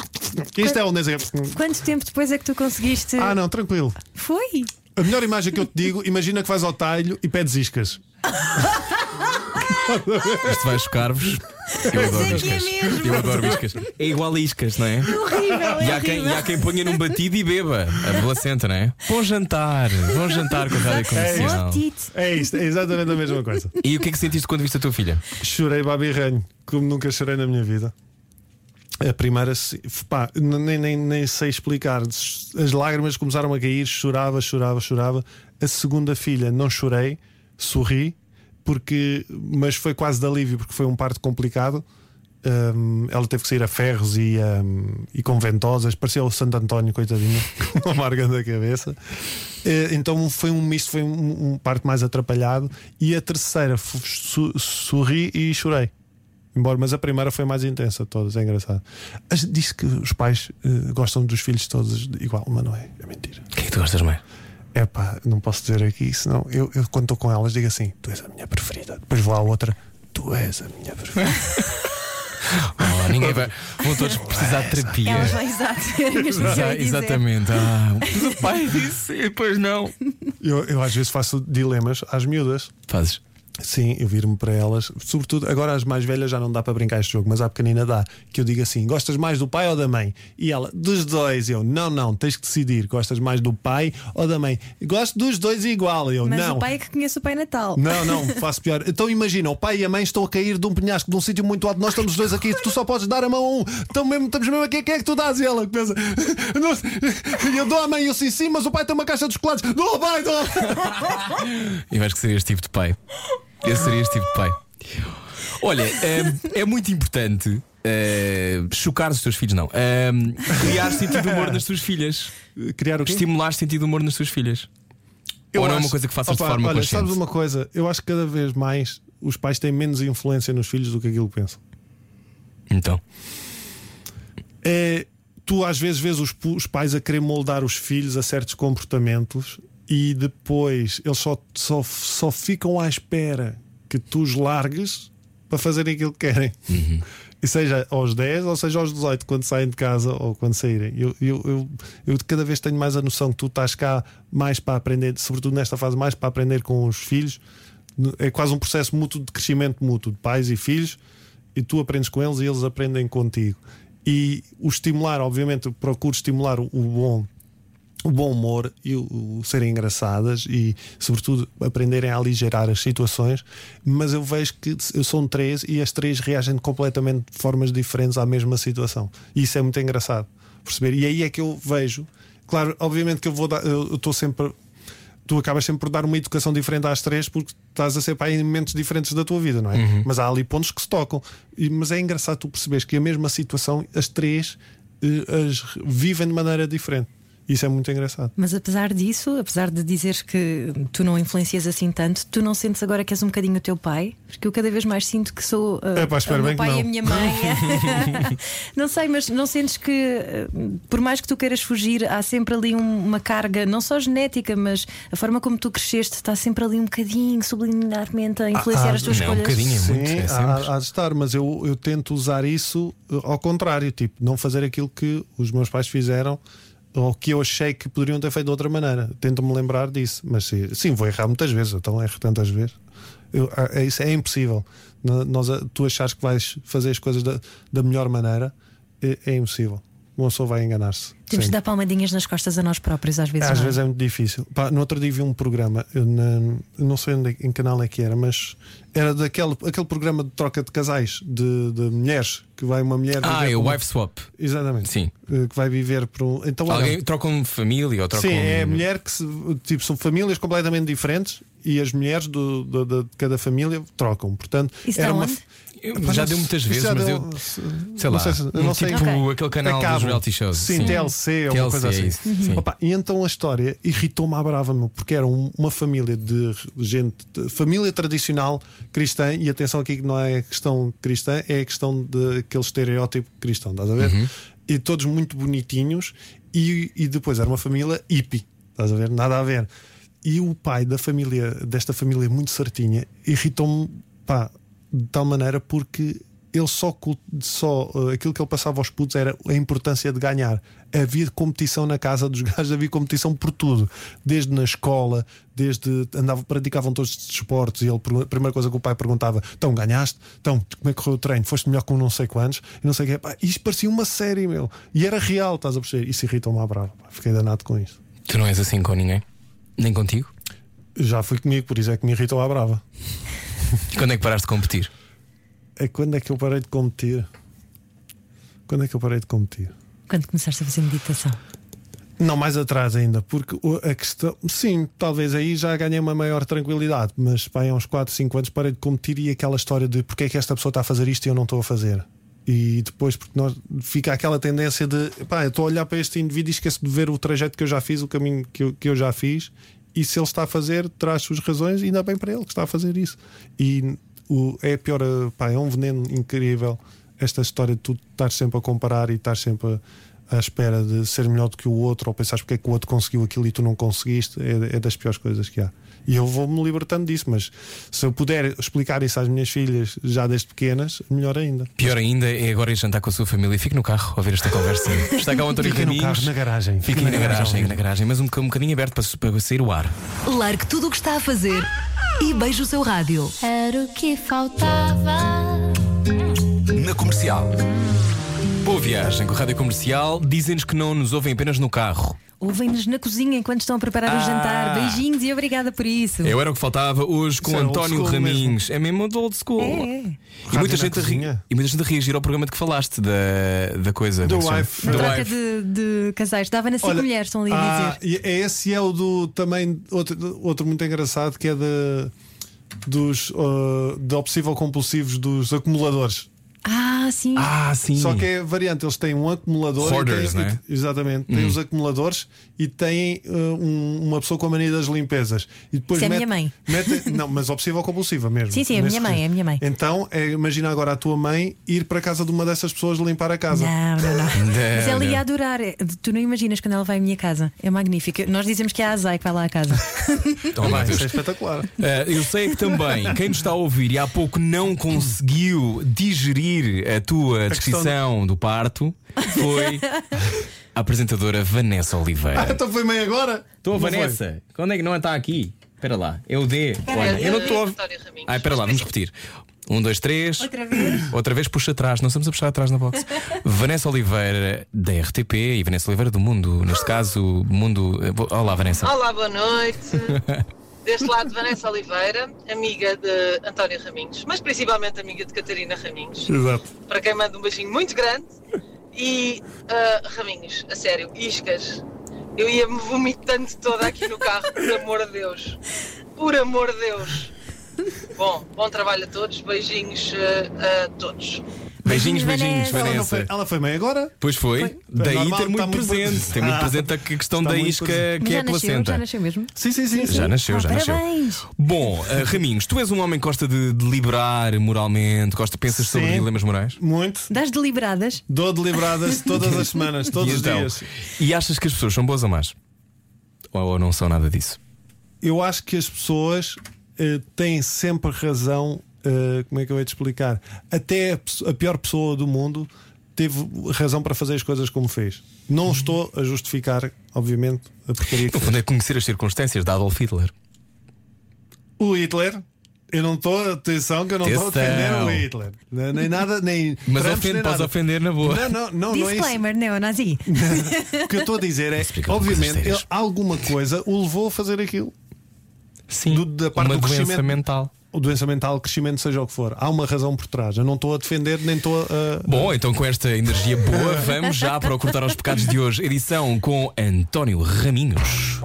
S4: Isto é o Nézia.
S3: Quanto tempo depois é que tu conseguiste?
S4: Ah, não, tranquilo.
S3: Foi!
S4: A melhor imagem que eu te digo, imagina que vais ao talho e pedes iscas.
S2: Isto vai chocar-vos. Eu adoro
S3: é que é
S2: iscas.
S3: mesmo.
S2: Eu adoro iscas. É igual a iscas, não é?
S3: Horrível,
S2: E há, quem, e há quem ponha num batido e beba a placenta, não é? Bom jantar, bom jantar com a rádio comercial.
S3: Tite.
S4: É isto, é exatamente a mesma coisa.
S2: E o que é que sentiste quando viste a tua filha?
S4: Chorei babirranho, como nunca chorei na minha vida. A primeira, se- pá, n- nem, nem, nem sei explicar. As lágrimas começaram a cair, chorava, chorava, chorava. A segunda filha, não chorei, sorri, porque, mas foi quase de alívio, porque foi um parto complicado. Hum, ela teve que sair a ferros e, hum, e com ventosas, parecia o Santo António, coitadinho, com uma marca da cabeça. Eh, Então foi um misto, foi um, um parto mais atrapalhado. E a terceira, fu- su- sorri e chorei. Embora, mas a primeira foi mais intensa de todas, é engraçado. Mas diz que os pais eh, gostam dos filhos todos igual, mas não é, é mentira.
S2: O que é que tu gostas mais?
S4: É pá, não posso dizer aqui, senão eu, eu quando estou com elas digo assim: tu és a minha preferida. Depois vou à outra: tu és a minha preferida.
S2: Oh, ninguém vai. Vão todos precisar de terapia.
S3: Elas vão exato. Era mesmo isso que eu
S2: Ah,
S3: ia dizer.
S2: é. exatamente. Ah, mas o pai disse e depois não.
S4: eu, eu às vezes faço dilemas às miúdas.
S2: Fazes.
S4: Sim, eu viro-me para elas. Sobretudo, agora as mais velhas já não dá para brincar este jogo, mas à pequenina dá. Que eu digo assim: gostas mais do pai ou da mãe? E ela, dos dois. Eu, não, não, tens que decidir: gostas mais do pai ou da mãe? Gosto dos dois igual. Eu,
S3: Mas
S4: não.
S3: o pai é que conhece o Pai Natal.
S4: Não, não, faço pior. Então imagina, o pai e a mãe estão a cair de um penhasco de um sítio muito alto, nós estamos os dois aqui, tu só podes dar a mão a um. Então mesmo, estamos mesmo aqui, quem é que tu dás? E ela que pensa, "Não, eu dou à mãe, eu sim, sim, mas o pai tem uma caixa de chocolates. Dou ao pai, dou. ao pai."
S2: Eu acho que seria este tipo de pai. Eu seria este tipo de pai. Olha, é, é muito importante eh, chocar os teus filhos, não. Eh, criar sentido de humor nas tuas filhas.
S4: Criar o quê?
S2: Estimular sentido de humor nas tuas filhas.
S4: Eu
S2: Ou não é
S4: acho-
S2: uma coisa que faças de
S4: Opa,
S2: forma
S4: olha,
S2: consciente?
S4: sabes uma coisa, eu acho que cada vez mais os pais têm menos influência nos filhos do que aquilo que pensam.
S2: Então,
S4: é, tu às vezes vês os, pu- os pais a querer moldar os filhos a certos comportamentos e depois eles só, só, só ficam à espera que tu os largues para fazerem aquilo que querem. E seja aos 10 ou seja aos 18, quando saem de casa ou quando saírem. Eu, eu, eu, eu cada vez tenho mais a noção que tu estás cá mais para aprender, sobretudo nesta fase, mais para aprender com os filhos. É quase um processo mútuo de crescimento mútuo de pais e filhos, e tu aprendes com eles e eles aprendem contigo. E o estimular, obviamente, eu procuro estimular o- o bom o bom humor e o, o serem engraçadas e, sobretudo, aprenderem a aligerar as situações. Mas eu vejo que eu são três e as três reagem completamente de formas diferentes à mesma situação. E isso é muito engraçado perceber. E aí é que eu vejo, claro, obviamente que eu vou dar, eu eu estou sempre. Tu acabas sempre por dar uma educação diferente às três porque estás a ser pai em momentos diferentes da tua vida, não é? Mas há ali pontos que se tocam. E- mas é engraçado tu perceberes que a mesma situação, as três eh, as re- vivem de maneira diferente. Isso é muito engraçado.
S3: Mas apesar disso, apesar de dizeres que tu não influencias assim tanto, tu não sentes agora que és um bocadinho o teu pai? Porque eu cada vez mais sinto que sou uh,
S4: Epá, espero
S3: o meu
S4: bem que
S3: pai e a
S4: não.
S3: minha mãe. não sei, mas não sentes que, uh, por mais que tu queiras fugir, há sempre ali um- uma carga, não só genética, mas a forma como tu cresceste está sempre ali um bocadinho subliminarmente a influenciar
S4: ah,
S3: as tuas
S2: não, um
S3: escolhas.
S2: bocadinho. É muito,
S4: Sim,
S2: é sempre.
S4: há, há de estar, mas eu, eu tento usar isso eh, ao contrário, tipo, não fazer aquilo que os meus pais fizeram ou que eu achei que poderiam ter feito de outra maneira. Tento-me lembrar disso, mas sim, sim, vou errar muitas vezes, então erro tantas vezes. Eu- ah, é, isso é impossível. Na- Nós, a- tu achares que vais fazer as coisas da, da melhor maneira é, é impossível. Uma pessoa vai enganar-se.
S3: Temos de
S4: sempre.
S3: dar palmadinhas nas costas a nós próprios às vezes.
S4: Às
S3: não é?
S4: vezes é muito difícil. Pá, no outro dia vi um programa, eu na- eu não sei onde, é- em que canal é que era, mas era daquele aquele programa de troca de casais, de, de mulheres, que vai uma mulher.
S2: ah,
S4: viver
S2: é o
S4: para um-
S2: wife swap.
S4: Exatamente.
S2: Sim.
S4: Eh, Que vai viver para um. Então, olha,
S2: Alguém um trocam família ou trocam.
S4: Sim, é a mulher que se, tipo, são famílias completamente diferentes e as mulheres do, do- do- de cada família trocam. Portanto,
S3: Isso
S4: era
S3: está
S4: uma.
S3: onde?
S2: Eu- já deu muitas
S4: Isso
S2: vezes,
S4: já
S2: mas
S4: deu- um,
S2: eu.
S4: se-
S2: Sei lá.
S4: Não sei, se- eu
S2: um
S4: não sei.
S2: tipo aquele canal
S4: Acabam.
S2: dos reality shows.
S4: Sim, TLC ou
S2: TLC,
S4: uma coisa
S2: é
S4: assim.
S2: isso. Sim.
S4: Opa, e então a história irritou-me à brava-me, porque era um- uma família de gente, de família tradicional cristã, e atenção aqui que não é questão cristã, é a questão daquele estereótipo cristão, estás a ver?
S2: Uhum.
S4: E todos muito bonitinhos, e, e depois era uma família hippie, estás a ver? Nada a ver. E o pai da família, desta família muito certinha, irritou-me, pá, de tal maneira porque ele só, cul- só eh, aquilo que ele passava aos putos era a importância de ganhar. Havia competição na casa dos gajos, havia competição por tudo, desde na escola, desde andavam, praticavam todos os desportos, e ele pergun- a primeira coisa que o pai perguntava: Então ganhaste? Então, como é que correu o treino? Foste melhor com não sei quantos, e não sei o quê. Pá, isto parecia uma série, meu. E era real, estás a perceber? Isso irritou-me à brava. pá. Fiquei danado com isto.
S2: Tu não és assim com ninguém? Nem contigo?
S4: Já fui comigo, por isso é que me irritou à brava.
S2: E Quando é que paraste de competir?
S4: É quando é que eu parei de competir? Quando é que eu parei de competir?
S3: Quando começaste a fazer meditação.
S4: Não, mais atrás ainda, porque o- a questão. Sim, talvez aí já ganhei uma maior tranquilidade, mas pá, há uns 4, 5 anos parei de competir e aquela história de porque é que esta pessoa está a fazer isto e eu não estou a fazer. E depois, porque nós, fica aquela tendência de pá, eu estou a olhar para este indivíduo e esqueço de ver o trajeto que eu já fiz, o caminho que eu, que eu já fiz, e se ele está a fazer, traz suas razões, e ainda bem para ele que está a fazer isso. E o, é a pior, eh, pá, é um veneno incrível esta história de tu estar sempre a comparar e estar sempre a à espera de ser melhor do que o outro ou pensares porque é que o outro conseguiu aquilo e tu não conseguiste, é, é das piores coisas que há. E eu vou-me libertando disso, mas se eu puder explicar isso às minhas filhas já desde pequenas, melhor ainda.
S2: Pior ainda é agora ir jantar com a sua família. Fique no carro a ouvir esta conversa. Está cá o António
S4: Fiquem no
S2: Caminhos.
S4: carro, na garagem.
S2: Fiquem na,
S4: Fiquem na
S2: garagem,
S4: garagem.
S2: na garagem, mas um, boca- um bocadinho aberto para, su- para sair o ar.
S6: Largue tudo o que está a fazer e beije o seu rádio.
S1: Era o que faltava.
S5: Na comercial.
S2: Boa viagem com a Rádio Comercial. Dizem-nos que não nos ouvem apenas no carro.
S3: Ouvem-nos na cozinha enquanto estão a preparar
S2: Ah.
S3: o jantar. Beijinhos e obrigada por isso.
S2: Eu era o que faltava hoje com
S4: Isso é old
S2: António
S4: school
S2: Raminhos. É mesmo do old school.
S3: É.
S2: E,
S4: Rádio
S2: muita
S4: na
S2: gente a ri-
S4: cozinha.
S2: e muita gente a reagir ao programa de que falaste, da, da coisa.
S4: Do
S2: como é que se
S4: wife.
S2: chama?
S4: Do
S2: Do
S3: Troca
S2: wife.
S3: de, de casais. Dava na cinco
S4: Olha,
S3: mulheres, estão ali a
S4: ah,
S3: dizer.
S4: e é esse é o do também outro, outro muito engraçado que é de, dos ah, de obsessivo compulsivos dos acumuladores.
S3: Ah, sim.
S2: Ah, sim.
S4: Só que é variante, eles têm um acumulador.
S2: Hoarders,
S4: e têm,
S2: né?
S4: e- Exatamente, têm os acumuladores e têm eh, um- uma pessoa com a mania das limpezas. E depois
S3: Isso é a minha
S4: mete-
S3: mãe.
S4: mete- não, mas obsessiva ou compulsiva mesmo.
S3: Sim, sim, é a
S4: Nesse
S3: minha mãe,
S4: tipo.
S3: é a minha mãe.
S4: Então, é, imagina agora a tua mãe ir para a casa de uma dessas pessoas limpar a casa.
S3: Não, não, não. Mas ela
S2: não.
S3: ia adorar. É, Tu não imaginas quando ela vai à minha casa. É magnífica. Nós dizemos que é a Azai que vai lá à casa.
S2: Oh, meu
S4: Vai,
S2: Deus.
S4: isso é espetacular.
S2: Ah, eu sei que também quem nos está a ouvir e há pouco não conseguiu digerir a tua
S4: questão
S2: descrição do parto foi a apresentadora Vanessa Oliveira.
S4: então foi mãe agora?
S2: Estou a
S4: Não foi?
S2: Vanessa, quando é que não está aqui? Espera lá, é o D. Olha, eu não estou a. Ai, Ah, espera lá, vamos repetir. Um, dois, três. Outra vez. Outra vez puxa atrás, não estamos a puxar atrás na box. Vanessa Oliveira da RTP e Vanessa Oliveira do Mundo, neste caso, Mundo. eh, Olá, Vanessa.
S8: Olá, boa noite. Deste lado, Vanessa Oliveira, amiga de António Raminhos, mas principalmente amiga de Catarina Raminhos,
S4: Exato.
S8: para quem manda um beijinho muito grande. E ah, Raminhos, a sério, iscas. Eu ia-me vomitando toda aqui no carro, por amor de Deus. Por amor de Deus. Bom, bom trabalho a todos, beijinhos ah, a todos.
S2: Beijinhos, beijinhos,
S3: Beijinhos, Vanessa.
S4: Ela, não foi,
S2: Vanessa.
S4: ela foi mãe agora?
S2: Pois foi. Daí ter
S4: normal,
S2: muito
S4: está muito
S2: presente.
S4: presente.
S2: Tem muito
S4: Ah.
S2: presente a questão
S4: Está
S2: da
S4: muito
S2: isca
S4: presente.
S2: que é
S3: já
S2: a
S3: nasceu,
S2: placenta.
S3: já nasceu mesmo.
S4: Sim, sim, sim.
S2: Já
S4: sim.
S2: nasceu,
S3: Ah,
S2: já nasceu.
S3: parabéns.
S2: Bom, ah, Raminhos, tu és um homem que gosta de deliberar moralmente, gosta, pensas sobre
S4: Sim.
S2: dilemas morais?
S4: Muito.
S3: Das deliberadas.
S4: Dou deliberadas todas as semanas, todos
S2: e
S4: os
S2: então,
S4: dias.
S2: E achas que as pessoas são boas ou más? Ou, ou não são nada disso?
S4: eu acho que as pessoas eh, têm sempre razão. eh, como é que eu ia te explicar? Até a, pesso- a pior pessoa do mundo teve razão para fazer as coisas como fez. Não estou a justificar, obviamente, a porcaria que
S2: Uhum. No
S4: fez.
S2: fundo, é conhecer as circunstâncias de Adolf Hitler.
S4: O Hitler. Eu não estou, atenção, que eu não estou a defender
S2: Atenção.
S4: o Hitler. Nem nem nada, nem.
S2: Mas
S4: Trump,
S2: ofende,
S4: nem
S2: podes
S4: nada.
S2: ofender na boa.
S4: Não, não, não, não é isso.
S3: Disclaimer, neonazi.
S4: O que eu estou a dizer é,
S2: Explica-me
S4: obviamente,
S2: coisas sérias.
S4: ele- alguma coisa o levou a fazer aquilo.
S2: Sim,
S4: Do- da parte
S2: uma
S4: do
S2: doença
S4: crescimento.
S2: mental.
S4: O doença mental, crescimento, seja o que for. Há uma razão por trás. Eu não estou a defender, nem estou a.
S2: Bom, então com esta energia boa, vamos já para o Cortar aos Pecados de hoje. Edição com António Raminhos.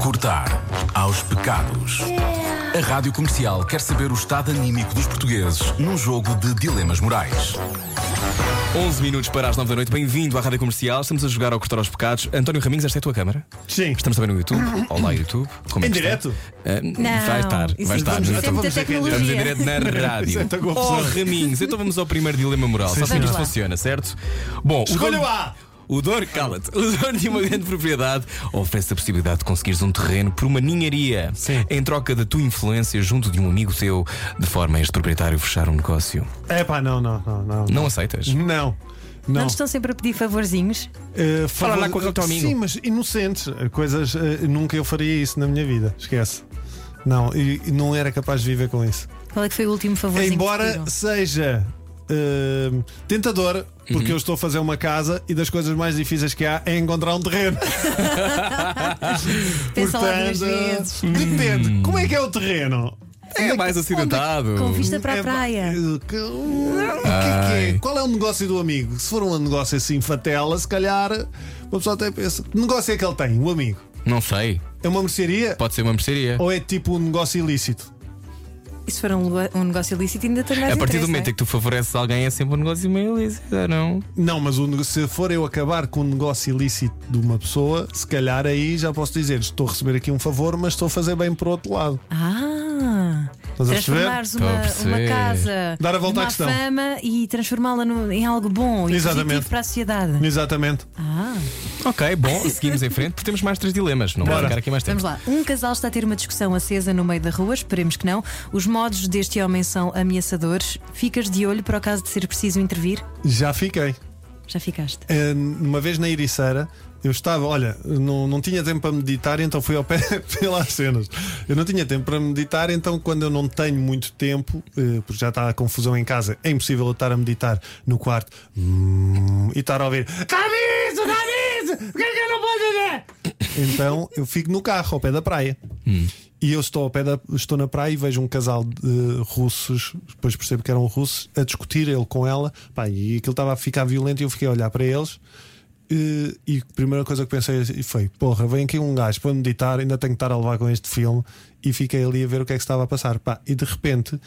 S5: Cortar aos pecados. A Rádio Comercial quer saber o estado anímico dos portugueses num jogo de dilemas morais.
S2: 11 minutos para as 9 da noite. Bem-vindo à Rádio Comercial. Estamos a jogar ao Cortar aos Pecados. António Raminhos, esta é a tua câmara?
S4: Sim.
S2: Estamos também no YouTube. Olá, YouTube. Como é
S4: Em
S2: que está?
S4: direto?
S2: Ah,
S3: Ah. Não,
S2: vai estar,
S3: isso
S2: vai
S3: é-
S2: estar. no
S3: isso
S2: YouTube.
S3: é muita
S4: Então vamos a quem
S3: tecnologia.
S2: Estamos em direto na rádio.
S4: Isso é tão confusão.
S2: oh, Raminhos, então vamos ao primeiro dilema moral. Só sei que isto
S3: Vamos lá.
S2: funciona, certo? Bom, o
S4: Escolha
S2: dono-
S4: o A.
S2: O dono, cala-te, o dono de uma grande propriedade oferece a possibilidade de conseguires um terreno por uma ninharia
S4: Sim.
S2: em troca da tua influência junto de um amigo teu, de forma a este proprietário fechar um negócio.
S4: É pá, não, não, não, não.
S2: Não é. aceitas?
S4: Não.
S3: Não
S4: Não.
S3: nos estão sempre a pedir favorzinhos.
S4: Eh,
S2: Fala lá com aquele teu amigo.
S4: Sim, mas inocentes. Eh, Coisas. eh, nunca eu faria isso na minha vida. Esquece. Não, e e não era capaz de viver com isso.
S3: Qual é que foi o último favorzinho? que te
S4: Embora
S3: pediram?
S4: seja. eh, tentador, porque
S2: Uhum.
S4: eu estou a fazer uma casa e das coisas mais difíceis que há é encontrar um terreno.
S3: Pensa lá duas
S4: eh,
S3: vezes.
S4: depende. Como é que é o terreno?
S2: É mais acidentado.
S3: Com vista para a
S4: É,
S3: praia.
S4: eh, que- O que é que é? Qual é o negócio do amigo? Se for um negócio assim fatela, se calhar Uma pessoa até pensa: que negócio é que ele tem, o amigo?
S2: Não sei.
S4: É uma mercearia
S2: Pode ser uma mercearia.
S4: ou é tipo um negócio ilícito?
S3: E se for um, lu- um negócio ilícito, ainda tem mais
S2: A partir
S3: interesse,
S2: do momento
S3: não
S2: em que tu favoreces alguém, é sempre um negócio meio ilícito, ou não?
S4: Não, mas o nego- se for eu acabar com um negócio ilícito de uma pessoa, se calhar aí já posso dizer: estou a receber aqui um favor, mas estou a fazer bem por outro lado.
S3: é? Ah!
S4: Estás a perceber?
S3: Transformares
S2: Estou a
S3: uma,
S2: perceber.
S3: uma casa
S4: Dar a volta à
S3: numa
S4: questão.
S3: fama e transformá-la num- em algo bom e
S4: Exatamente.
S3: positivo para a sociedade.
S4: Exatamente.
S3: Ah,
S2: Ok, bom, seguimos em frente, porque temos mais três dilemas. Não vai
S4: Bora.
S2: ficar aqui mais tempo.
S3: vamos lá. Um casal está a ter uma discussão acesa no meio da rua, esperemos que não. Os modos deste homem são ameaçadores. Ficas de olho para o caso de ser preciso intervir?
S4: Já fiquei.
S3: Já ficaste.
S4: Eh, uma vez na Ericeira, eu estava, olha, não, não tinha tempo para meditar, então fui ao pé pelas cenas. Eu não tinha tempo para meditar, então quando eu não tenho muito tempo, eh, porque já está a confusão em casa, é impossível eu estar a meditar no quarto hum, e estar a ouvir. Camisa, camisa! O que é que eu não posso fazer? Então eu fico no carro ao pé da praia. E eu estou ao pé da, estou na praia e vejo um casal de russos, depois percebo que eram russos, a discutir ele com ela, pá, e aquilo estava a ficar violento e eu fiquei a olhar para eles. eh, E a primeira coisa que pensei assim, foi: porra, vem aqui um gajo para meditar, ainda tenho que estar a levar com este filme. E fiquei ali a ver o que é que estava a passar. Pá, e de repente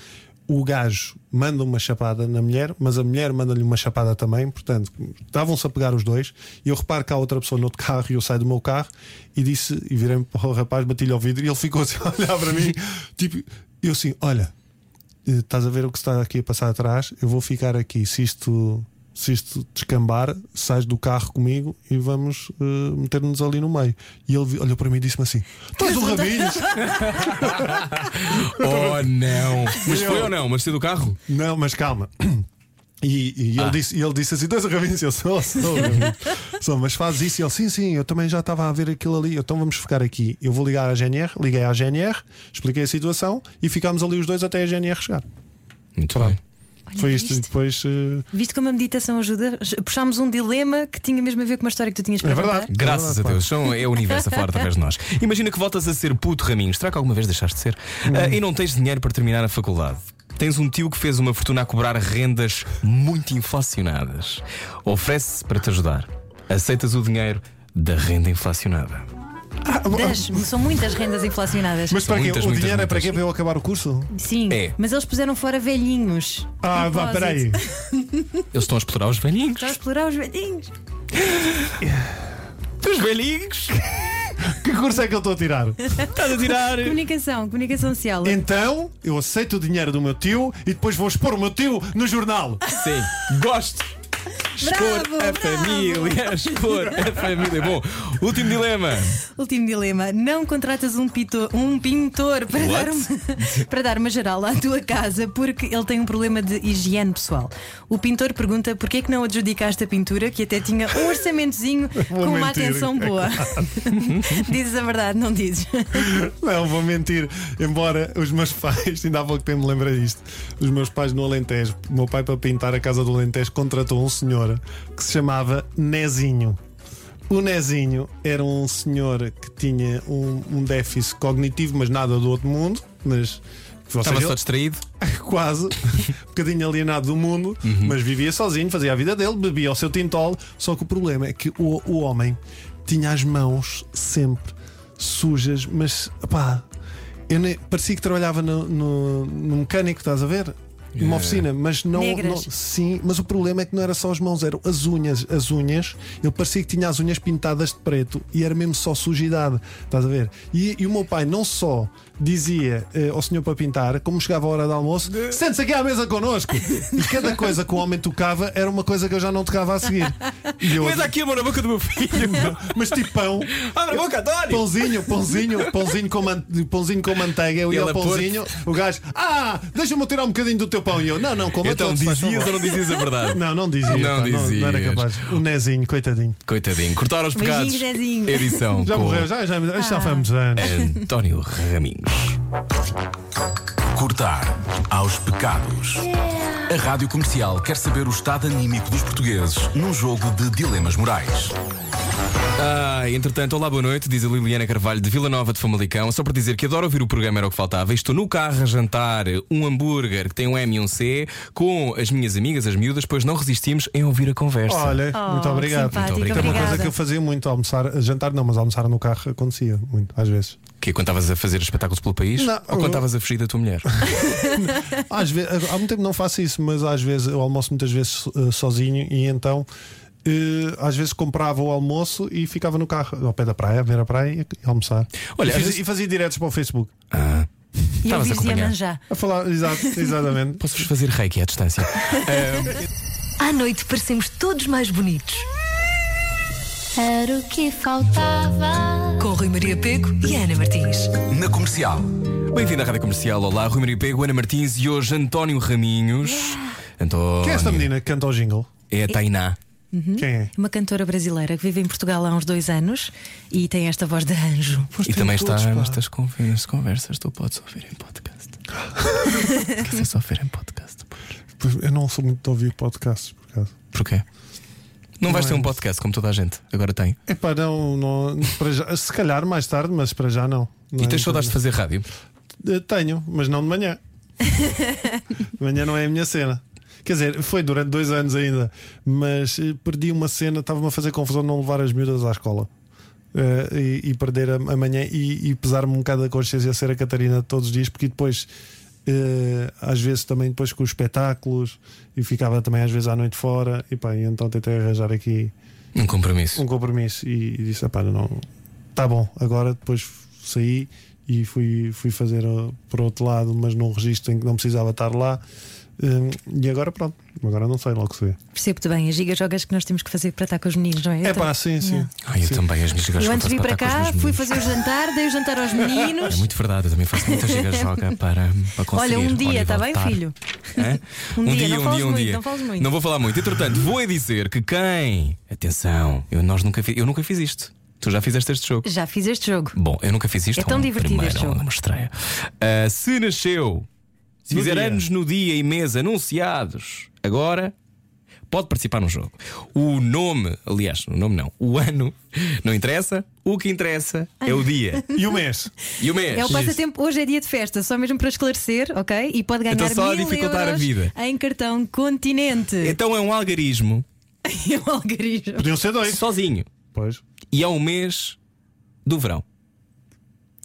S4: o gajo manda uma chapada na mulher, mas a mulher manda-lhe uma chapada também. Portanto, estavam-se a pegar os dois. E eu reparo que há outra pessoa no outro carro e eu saio do meu carro e disse, e virei para o rapaz, bati-lhe ao vidro e ele ficou assim a olhar para mim. tipo, eu assim: olha, eh, estás a ver o que se está aqui a passar atrás, eu vou ficar aqui. Se isto, se isto descambar, sais do carro comigo e vamos eh, meter-nos ali no meio. E ele vi- olhou para mim e disse-me assim: Estás o Rabinhos?
S2: Oh não! Mas foi ou não? Mas saiu do carro?
S4: Não, mas calma. E, e
S2: Ah.
S4: ele, disse, e ele disse assim: Dois rabinhos, eu sou, sou, Rabinhos." sou, mas fazes isso. E ele, sim, sim, eu também já estava a ver aquilo ali. Então vamos ficar aqui. Eu vou ligar à GNR. Liguei à GNR, expliquei a situação e ficámos ali os dois até a GNR chegar.
S2: Muito
S4: Pronto.
S2: bem.
S3: Olha,
S4: Foi isto. e
S3: viste?
S4: Depois eh,
S3: Viste como a meditação ajuda? Puxámos um dilema que tinha mesmo a ver com uma história que tu tinhas para
S4: É verdade.
S3: contar.
S2: Graças a Deus, são, é o universo a falar através de nós. Imagina que voltas a ser puto Raminhos, será que alguma vez deixaste de ser? Ah, e não tens dinheiro para terminar a faculdade. Tens um tio que fez uma fortuna a cobrar rendas muito inflacionadas. Oferece-se para te ajudar. Aceitas o dinheiro da renda inflacionada.
S3: Dez, são muitas rendas inflacionadas.
S4: Mas para quê?
S2: muitas,
S4: o
S2: muitas,
S4: dinheiro é para
S2: muitas.
S4: quê? Para eu acabar o curso?
S3: Sim,
S2: É.
S3: mas eles puseram fora velhinhos.
S4: Ah, vá,
S3: Propósito.
S4: peraí.
S2: Eles estão a explorar os velhinhos.
S3: Para explorar os velhinhos.
S2: Os velhinhos!
S4: Que curso é que eu estou a tirar?
S2: Estás a tirar!
S3: Comunicação, comunicação social.
S4: Então, eu aceito o dinheiro do meu tio e depois vou expor o meu tio no jornal.
S2: Sim, gosto. Expor
S3: Bravo,
S2: a
S3: bravo.
S2: família, expor a família. Bom, último dilema.
S3: Último dilema: não contratas um, pito- um pintor para
S2: What?
S3: dar, uma, para dar uma geral à tua casa porque ele tem um problema de higiene pessoal. O pintor pergunta porquê é que não adjudicaste a pintura que até tinha um orçamentozinho com uma
S4: mentir,
S3: atenção
S4: é
S3: boa. dizes a verdade, não dizes?
S4: Não, vou mentir. Embora os meus pais, ainda há pouco tempo me lembrei disto, os meus pais no Alentejo, o meu pai para pintar a casa do Alentejo contratou um senhor que se chamava Nezinho. O Nezinho era um senhor que tinha um, um déficit cognitivo, mas nada do outro mundo, mas. ou
S2: Estava
S4: seja,
S2: só distraído.
S4: quase, um bocadinho alienado do mundo, mas vivia sozinho, fazia a vida dele, bebia o seu tintol. Só que o problema é que o, o homem tinha as mãos sempre sujas, mas pá, eu nem- parecia que trabalhava no, no- no mecânico, estás a ver? Numa oficina, mas não,
S3: Negras.
S4: não- Sim, mas o problema é que não era só as mãos, eram as unhas. As unhas, ele parecia que tinha as unhas pintadas de preto e era mesmo só sujidade. Estás a ver? E, e o meu pai não só dizia eh, ao senhor para pintar, como chegava a hora do almoço, sente-se aqui à mesa connosco. E cada coisa que o homem tocava era uma coisa que eu já não tocava a seguir. E eu-
S2: Mas aqui a mão na boca do meu filho.
S4: mas tipo pão.
S2: Abre a boca, António!
S4: Pãozinho, pãozinho, pãozinho com, man- pãozinho com manteiga. Eu ia
S2: Ele
S4: ao
S2: a pôr-
S4: pãozinho, o gajo, ah, deixa-me tirar um bocadinho do teu pão. E eu, não, não, como
S2: Então dizias ou não dizias a verdade?
S4: não, não dizia.
S2: Não
S4: pá,
S2: dizias.
S4: era capaz. O Nezinho, coitadinho.
S2: Coitadinho, cortaram os pecados.
S3: Beijinho, Zezinho.
S2: Edição.
S4: Já
S2: com
S4: morreu, já, já, isto já foi
S3: Ah.
S4: há muitos anos.
S2: É, António Raminhos.
S5: Cortar aos pecados. A Rádio Comercial quer saber o estado anímico dos portugueses num jogo de dilemas morais.
S2: Ah, entretanto, olá, boa noite, diz a Liliana Carvalho de Vila Nova de Famalicão. Só para dizer que adoro ouvir o programa Era o que Faltava. Estou no carro a jantar um hambúrguer que tem um M e um C com as minhas amigas, as miúdas, pois não resistimos em ouvir a conversa.
S4: Olha,
S3: Oh,
S4: muito obrigado.
S3: simpática,
S4: Muito obrigado. É uma
S3: obrigada.
S4: coisa que eu fazia muito, almoçar, jantar não, mas almoçar no carro acontecia muito, às vezes.
S2: Que é quando estavas a fazer espetáculos pelo país
S4: Não.
S2: ou quando estavas a fugir da tua mulher?
S4: Às vezes, há muito tempo não faço isso, mas às vezes eu almoço muitas vezes so- eh, sozinho e então eh, às vezes comprava o almoço e ficava no carro ao pé da praia, a ver a praia e almoçar.
S2: Olha,
S4: e, fiz-
S2: às vezes-
S4: e fazia diretos para o Facebook.
S2: Ah,
S3: E
S2: Estavas a
S3: ouvir
S2: acompanhar.
S3: Iemanjá.
S4: A falar, exato, exatamente.
S2: posso vos fazer reiki à distância?
S6: À noite parecemos todos mais bonitos.
S1: Era o que faltava.
S6: Com Rui Maria Peco e Ana Martins.
S5: Na comercial.
S2: Bem-vindo à Rádio Comercial. Olá, Rui Maria Pego, Ana Martins e hoje António Raminhos. António.
S4: Quem é esta menina que canta o jingle?
S2: É a Tainá. Uhum.
S4: Quem é?
S3: Uma cantora brasileira que vive em Portugal há uns dois anos e tem esta voz de anjo.
S2: E também está
S4: todos, pá.
S2: nestas conversas, conversas tu podes ouvir em podcast. Quiseres ouvir em podcast.
S4: Pois, Eu não sou muito de ouvir podcasts, por acaso.
S2: Porquê? Não vais
S4: é
S2: ter um
S4: isso.
S2: podcast como toda a gente. Agora tem.
S4: Epá, não, não para já, se calhar mais tarde, mas para já não. Não
S2: E
S4: é
S2: tens saudades de fazer rádio?
S4: Eh, Tenho, mas não de manhã. De manhã não é a minha cena. Quer dizer, foi durante dois anos ainda, mas eh, perdi uma cena, estava-me a fazer confusão de não levar as miúdas à escola. Eh, e, e perder a, a manhã e, e pesar-me um bocado a consciência ser a Catarina todos os dias, porque depois, eh, às vezes também depois com os espetáculos, e ficava também às vezes à noite fora, e pá, e então tentei arranjar aqui
S2: Um compromisso.
S4: um compromisso e, e disse: "Ah, pá, não, tá bom, agora depois saí e fui, fui fazer uh, para outro lado, mas num registro em que não precisava estar lá. Hum, e agora pronto, agora não sei logo se vê.
S3: Percebo-te bem, as gigajogas que nós temos que fazer para estar com os meninos, não é?
S4: É
S3: Então-
S4: pá, sim, sim.
S3: Yeah.
S2: Ai, eu também, as minhas
S3: Eu
S2: gigas
S3: antes vim para cá, fui
S2: meninos.
S3: fazer o jantar, dei o jantar aos meninos.
S2: É muito verdade, eu também faço muita gigajoga para, para conseguir.
S3: Olha, um
S2: ao
S3: dia,
S2: nível
S3: está
S2: de
S3: bem,
S2: tar.
S3: filho?
S2: Hã?
S3: Um dia, não fales muito, não fales muito.
S2: Não vou falar muito. Entretanto, vou é dizer que quem. Atenção, eu, nós nunca fi- eu nunca fiz isto. Tu já fizeste este jogo.
S3: Já fiz este jogo.
S2: Bom, eu nunca fiz isto.
S3: É tão
S2: um
S3: divertido
S2: primeiro,
S3: este jogo.
S2: Uma estreia. Ah, se nasceu, se
S4: No
S2: fizer
S4: dia.
S2: anos no dia e mês anunciados, agora pode participar no jogo. O nome, aliás, o nome não, o ano não interessa. O que interessa é o dia
S4: E o mês?
S2: e o mês.
S3: É o passatempo. Hoje é dia de festa, só mesmo para esclarecer, ok? E pode ganhar
S2: Então só a
S3: mil
S2: dificultar a
S3: euros
S2: vida.
S3: em cartão continente.
S2: Então é um algarismo
S3: É um algarismo.
S4: Podiam ser dois.
S2: sozinho
S4: Pois.
S2: e é um mês do verão.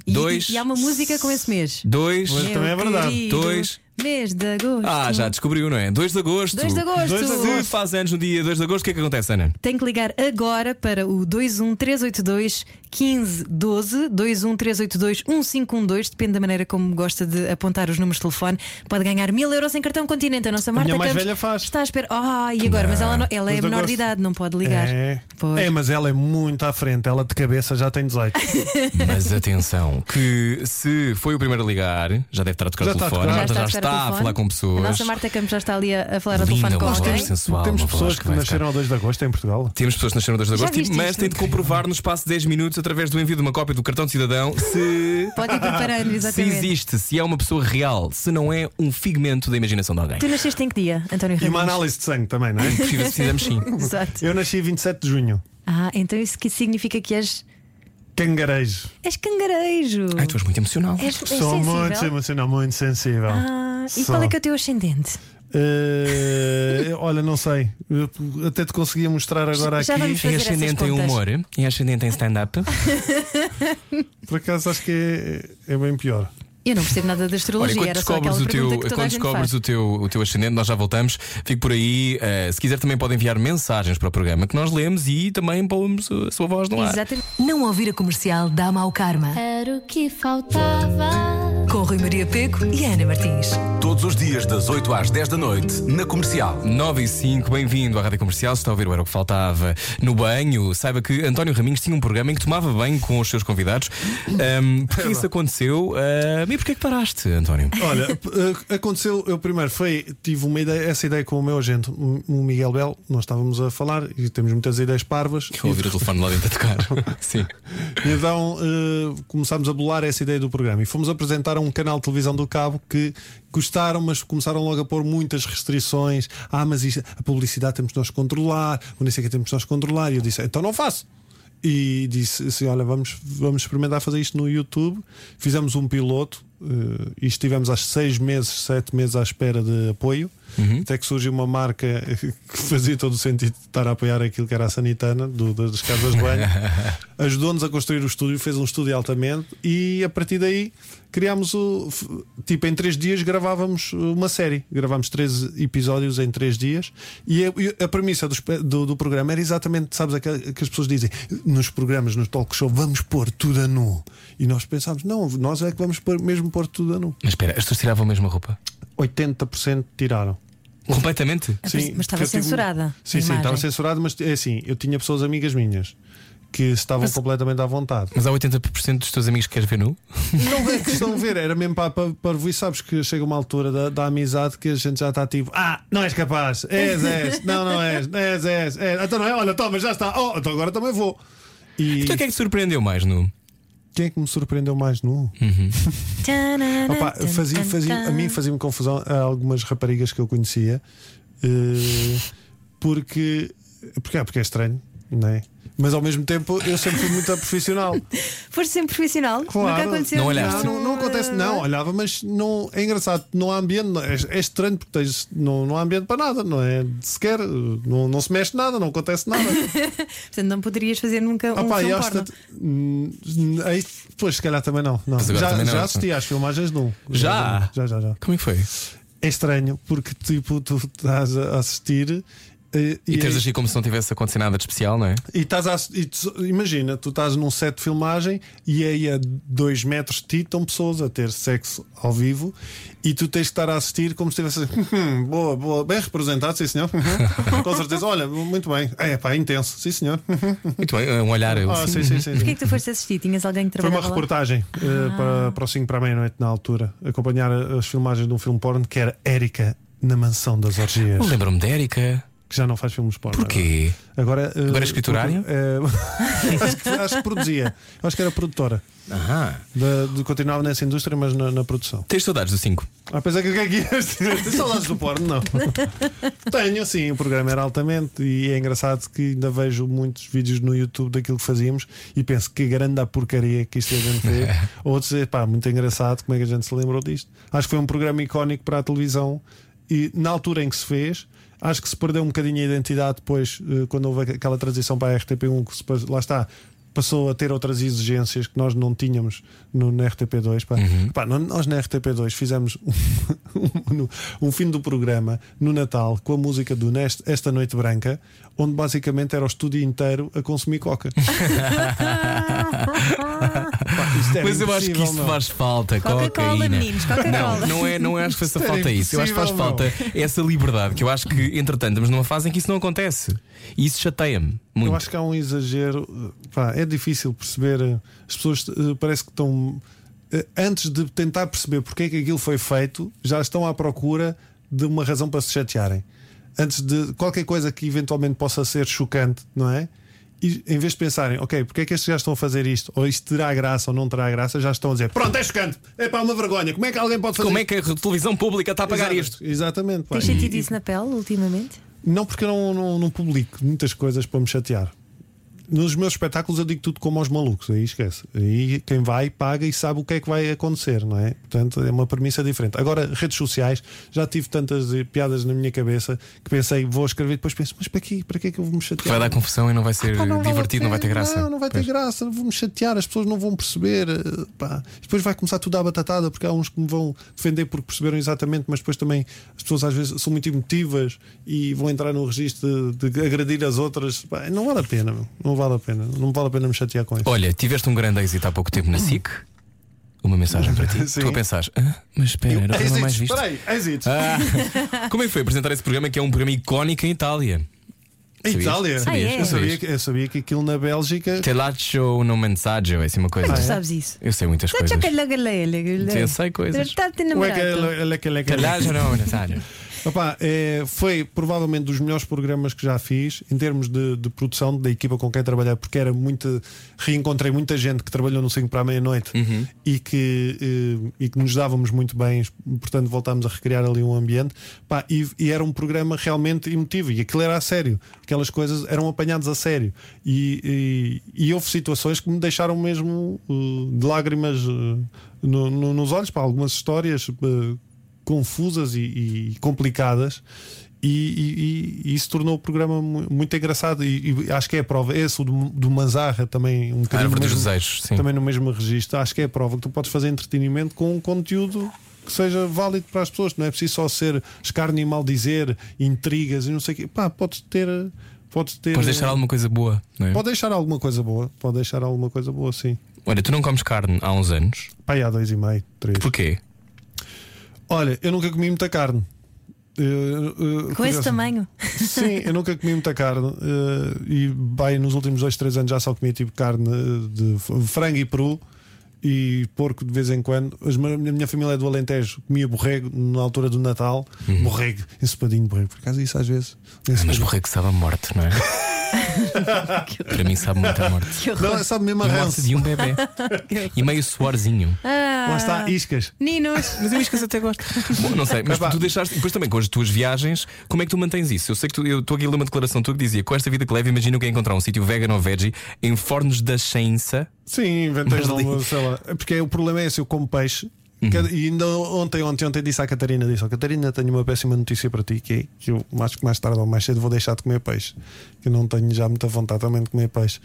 S3: E-
S2: Dois.
S3: E, há uma música com esse mês.
S2: Dois.
S4: Pois. também é verdade.
S3: querido
S2: Dois.
S3: Mês de agosto.
S2: Ah, já descobriu, não é? 2 de agosto.
S3: 2 de agosto.
S4: Dois de
S2: Se faz anos no dia 2 de agosto, o que é que acontece, Ana?
S3: Tem que ligar agora para o 21382 1512, 21382 1512, depende da maneira como gosta de apontar os números de telefone. Pode ganhar mil euros em cartão continente. A nossa Marta
S4: minha mais
S3: Campos
S4: velha faz.
S3: Está à espera. Ah, e agora? Mas ela, não- ela
S4: Mas
S3: é
S4: de
S3: menor
S4: agosto.
S3: de idade, não pode ligar.
S4: É.
S3: Pois.
S4: é, mas ela é muito à frente, ela de cabeça já tem 18.
S2: Mas atenção, que se foi o primeiro a ligar, já deve estar a tocar
S4: Já
S2: o
S4: está a
S2: telefone,
S4: tocar.
S2: a Marta já
S3: a
S2: está,
S3: tocar o
S2: a
S3: telefone.
S2: falar com pessoas.
S3: A nossa Marta Campos já está ali a, a falar ao
S2: Linda,
S3: telefone com
S2: uma voz
S3: alguém.
S2: sensual,
S4: Temos
S2: uma voz
S4: pessoas que
S2: vai ficar-
S4: nasceram a 2 de agosto em Portugal.
S2: Temos pessoas que nasceram 2 de
S3: Já
S2: agosto,
S3: viste
S2: mas
S3: isto?
S2: tem de comprovar no espaço de 10 minutos através do envio de uma cópia do cartão de cidadão se,
S3: Pode ir preparando,
S2: se
S3: exatamente.
S2: existe, se é uma pessoa real, se não é um figmento da imaginação de alguém.
S3: Tu nasceste em que dia, António
S4: E uma
S3: Ramos?
S4: análise de sangue também, não é?
S2: Precisa- Precisamos sim.
S3: Exato.
S4: Eu nasci 27 de junho.
S3: Ah, então isso que significa que és,
S4: Cangarejo.
S3: és cangarejo.
S2: Ai, tu és muito emocional.
S3: És, és
S4: Sou
S3: É sensível?
S4: muito emocional, muito sensível.
S3: Ah, e
S4: Sou.
S3: qual é que é o teu ascendente?
S4: Eh, olha, não sei. Eu até te conseguia mostrar agora
S3: Já
S4: aqui.
S3: vamos fazer
S2: Em
S3: essas
S2: ascendente em
S3: contas.
S2: humor, em ascendente em stand-up.
S4: Por acaso acho que é, é bem pior.
S3: Eu não percebo nada da
S2: Olha,
S3: astrologia,
S2: quando
S3: era só aquela
S2: descobres, o
S3: pergunta
S2: teu,
S3: que toda a
S2: quando
S3: gente
S2: descobres
S3: faz.
S2: o, teu, o teu ascendente, nós já voltamos. Fico por aí. Eh, se quiser, também pode enviar mensagens para o programa que nós lemos e também pomos a sua voz no ar.
S3: Exatamente.
S6: Não ouvir a comercial dá mau karma.
S1: Era o que faltava.
S6: Com Rui Maria Peco e Ana Martins.
S5: Todos os dias, das 8 às 10 da noite, na comercial.
S2: 9 e 5, bem-vindo à Rádio Comercial. Se está a ouvir o Era o que Faltava no banho, saiba que António Raminhos tinha um programa em que tomava banho com os seus convidados. Ahm, porque isso aconteceu? Ahm, e porquê que paraste, António?
S4: Olha, p- eh, aconteceu. Eu primeiro foi, tive uma ideia, essa ideia com o meu agente, o o Miguel Bel. Nós estávamos a falar e temos muitas ideias parvas.
S2: Vou ouvir o telefone lá dentro a tocar. Sim.
S4: E então eh, começámos a bolar essa ideia do programa e fomos apresentar a um canal de televisão do Cabo que gostaram, mas começaram logo a pôr muitas restrições. Ah, mas isto, a publicidade temos de nós controlar, o nem sei o que temos de nós controlar. E eu disse, então não faço. e disse assim: Olha, vamos, vamos experimentar fazer isto no YouTube. Fizemos um piloto eh, e estivemos há seis meses, sete meses à espera de apoio. Até que surgiu uma marca que fazia todo o sentido de estar a apoiar aquilo que era a Sanitana, do- das das casas de banho. Ajudou-nos a construir o estúdio, fez um estúdio altamente e a partir daí criámos o. f- Tipo, em três dias gravávamos uma série. Gravámos 13 episódios em três dias e a, e a premissa do, espe- do, do programa era exatamente, sabes, aquela que as pessoas dizem nos programas, nos talk show, vamos pôr tudo a nu. E nós pensámos, não, nós é que vamos pôr, mesmo pôr tudo a nu.
S2: Mas espera, as pessoas tiravam a mesma roupa?
S4: 80% tiraram.
S2: Completamente?
S3: Ah,
S4: Sim,
S3: mas estava
S4: porque eu tive- um-
S3: censurada a
S4: Sim, sim,
S3: imagem.
S4: estava censurada, mas é assim, eu tinha pessoas amigas minhas que estavam completamente à vontade.
S2: Mas há 80% dos teus amigos que queres ver nu?
S4: Não é questão de ver, era mesmo para, para, para e sabes que chega uma altura da, da amizade que a gente já está tipo, ah, não és capaz, és, és, não, não és, és, és, és. Então não é, olha, toma, já está, oh, então agora também vou. E
S2: Então o que é que te surpreendeu mais nu?
S4: quem é que me surpreendeu mais nu? Opa, fazia, fazia, a mim fazia-me confusão a algumas raparigas que eu conhecia eh, porque, porque, é- porque é estranho, não é? Mas ao mesmo tempo eu sempre fui muito profissional.
S3: Foste sempre profissional?
S4: Claro.
S3: Nunca aconteceu assim?
S2: Não olhaste.
S4: Não, não, não acontece, não, olhava, mas não, é engraçado, não há ambiente, não- é, é estranho porque tens, não, não há ambiente para nada, não é? Sequer, não, não se mexe nada, não acontece nada.
S3: Ah, Portanto, não poderias fazer nunca
S4: Ah
S3: um
S4: pá,
S3: filme
S4: e aos
S3: porno.
S4: tant- hum, Aí, pois, se calhar também não. não.
S2: Mas agora
S4: Já,
S2: também não.
S4: já assisti às filmagens de um.
S2: Já?
S4: Já, já, já.
S2: Como é que foi?
S4: É estranho porque tipo, tu estás a assistir eh,
S2: E,
S4: e,
S2: teres agir como se não tivesse acontecido nada de especial, não é?
S4: e estás a ass- e tu- imagina, tu estás num set de filmagem e aí a dois metros de ti estão pessoas a ter sexo ao vivo e tu tens que estar a assistir como se estivesse assim, "Hum, boa, boa, bem representado, sim senhor. Uhum. Com certeza, olha, muito bem. É pá, intenso, sim senhor. Uhum.
S2: Muito bem, um olhar.
S4: Ah,
S2: assim.
S4: sim, sim, sim. sim.
S3: Porquê é que tu foste assistir? Tinhas alguém que
S4: Foi
S3: trabalhava
S4: uma reportagem eh, para, para o 5 para a meia-noite na altura, acompanhar as filmagens de um filme porno que era Érica na Mansão das Orgias,
S2: Eu Lembro-me de Érica.
S4: que já não faz filmes porno.
S2: Porquê?
S4: Agora, eh,
S2: Agora é escriturário?
S4: porque, eh, acho, que, acho que produzia. Acho que era produtora.
S2: Aham.
S4: Da- de- continuava nessa indústria, mas na, na produção.
S2: Tens saudades do 5.
S4: Apesar que o que é que é? Tem saudades do porno? Não. Tenho, sim. O programa era altamente e é engraçado que ainda vejo muitos vídeos no YouTube daquilo que fazíamos e penso que grande a porcaria que isto a gente fez. Outros, é pá, muito engraçado como é que a gente se lembrou disto. Acho que foi um programa icónico para a televisão e na altura em que se fez. Acho que se perdeu um bocadinho a identidade depois, eh, quando houve aquela transição para a RTP1, que se pas- lá está, passou a ter outras exigências que nós não tínhamos no, na RTP2. pá.
S2: Uhum.
S4: Pá, no- nós na RTP2 fizemos um, um- um fim do programa no Natal com a música do Neste, Esta Noite Branca, onde basicamente era o estúdio inteiro a consumir coca. Pá, isto era
S2: Mas eu acho que
S4: impossível,
S2: isso
S4: meu.
S2: faz falta.
S3: Coca-Cola,
S2: cocaína.
S3: meninos, Coca-Cola.
S2: Não, não é, não é, acho que faça
S4: Isto era
S2: falta isso. Eu acho que faz falta
S4: impossível,
S2: essa liberdade, que eu acho que, entretanto, estamos numa fase em que isso não acontece. E isso chateia-me muito.
S4: Eu acho que há um exagero. eh, pá, é difícil perceber. eh, As pessoas eh, parece que estão. eh, Antes de tentar perceber porque é que aquilo foi feito, já estão à procura de uma razão para se chatearem. Antes de qualquer coisa que eventualmente possa ser chocante, não é? E em vez de pensarem, ok, porque é que estes gajos estão a fazer isto? Ou isto terá graça ou não terá graça, já estão a dizer: pronto, é chocante, é pá, uma vergonha, como é que alguém pode fazer
S2: Como é que a televisão pública está a pagar isto?
S4: Exato, Exatamente. pá.
S3: Tens sentido isso na pele ultimamente?
S4: Não, porque eu não, não, não publico muitas coisas para me chatear. Nos meus espetáculos eu digo tudo como aos malucos, aí esquece. Aí quem vai paga e sabe o que é que vai acontecer, não é? Portanto, é uma premissa diferente. Agora, redes sociais, já tive tantas eh, piadas na minha cabeça que pensei, vou escrever, depois penso, mas para quê? Para quê que eu vou me chatear?
S2: Vai dar confusão e não vai ser
S4: Pá, vale a
S2: divertido, não vai ter
S4: pena.
S2: graça.
S4: Não, não vai ter
S2: Pois.
S4: graça, vou-me chatear, as pessoas não vão perceber. eh, pá. Depois vai começar tudo à batatada, porque há uns que me vão defender porque perceberam exatamente, mas depois também as pessoas às vezes são muito emotivas e vão entrar no registro de, de agredir as outras. Pá, não vale a pena, meu. não vale a pena, não vale a pena me chatear com isso.
S2: Olha, tiveste um grande êxito há pouco tempo na SIC. Uma mensagem para ti.
S4: Sim.
S2: Tu a pensares, "Hã? mas espera, era o programa mais
S4: Exitos,
S2: visto.
S4: espera aí, exitos.
S2: Ah, como é que foi apresentar esse programa que é um programa icónico em Itália? Ah,
S4: Em
S2: sabias?
S4: Itália,
S2: Sabias,
S4: eu,
S2: sabias.
S4: sabia que, eu sabia que aquilo na Bélgica.
S2: Telaccio no messaggio, é assim uma coisa.
S3: Tu sabes isso?
S2: Eu sei muitas coisas.
S3: Sim, Eu sei
S2: coisas.
S3: Está-te
S4: Como é que é?
S3: namorado.
S4: Leque, leque, leque.
S2: Telaccio no messaggio.
S4: Opa, é, foi provavelmente dos melhores programas que já fiz em termos de, de produção da equipa com quem trabalhei, porque era muito. Reencontrei muita gente que trabalhou no 5 para a meia-noite e, que, eh, e que nos dávamos muito bem, portanto voltámos a recriar ali um ambiente. Pá, e, e era um programa realmente emotivo e aquilo era a sério, aquelas coisas eram apanhadas a sério. E, e, e houve situações que me deixaram mesmo eh, de lágrimas eh, no- no- nos olhos, para algumas histórias. eh, confusas e, e complicadas. E, e- e- e isso tornou o programa mu- muito engraçado e, e acho que é a prova. Esse o do, do Manzarra também um bocadinho
S2: Árvore
S4: no
S2: dos
S4: mesmo-
S2: Desejos, sim.
S4: também no mesmo registro. Acho que é a prova que tu podes fazer entretenimento com um conteúdo que seja válido para as pessoas. Não é preciso só ser escárnio e maldizer, intrigas e não sei o quê. Pá, podes ter. Podes ter.
S2: Podes deixar alguma coisa boa, não é?
S4: Pode deixar alguma coisa boa. Pode deixar alguma coisa boa, sim.
S2: Olha, tu não comes carne há uns anos.
S4: Pá, e há dois e meio, três.
S2: Porquê?
S4: Olha, eu nunca comi muita carne. Eh, Eu- eu-
S3: Com esse
S4: curioso-
S3: tamanho.
S4: Sim, eu nunca comi muita carne eh, e bem, nos últimos dois, três anos já só comia tipo carne eh, de f- frango e peru e porco de vez em quando. As ma- A minha família é do Alentejo, comia borrego na altura do Natal, borrego, ensopadinho de borrego, por acaso isso às vezes.
S2: Uhum. Ah, Mas morrer que sabe a morte, não é? Para mim sabe muito a morte.
S4: Não, sabe mesmo a
S2: E a morte
S4: ranço.
S2: de um bebê. E meio suorzinho.
S4: Lá está, iscas.
S3: Ninos.
S2: Mas eu iscas até gosto. Bom, não sei, mas
S4: pá.
S2: tu deixaste. Depois também com as tuas viagens, como é que tu mantens isso? Eu sei que tu, eu estou aqui a ler uma declaração tua que dizia: com esta vida que levo, imagino que é encontrar um sítio vegan ou veggie em Fornos da Chainsa.
S4: Sim, inventei
S2: Berlim.
S4: uma, sei lá. Porque o problema é esse, eu como peixe. Cada- E ainda ontem, ontem, ontem disse à Catarina: disse, "Ó, Catarina, tenho uma péssima notícia para ti, que é que eu acho que mais tarde ou mais cedo vou deixar de comer peixe. Que eu não tenho já muita vontade também de comer peixe.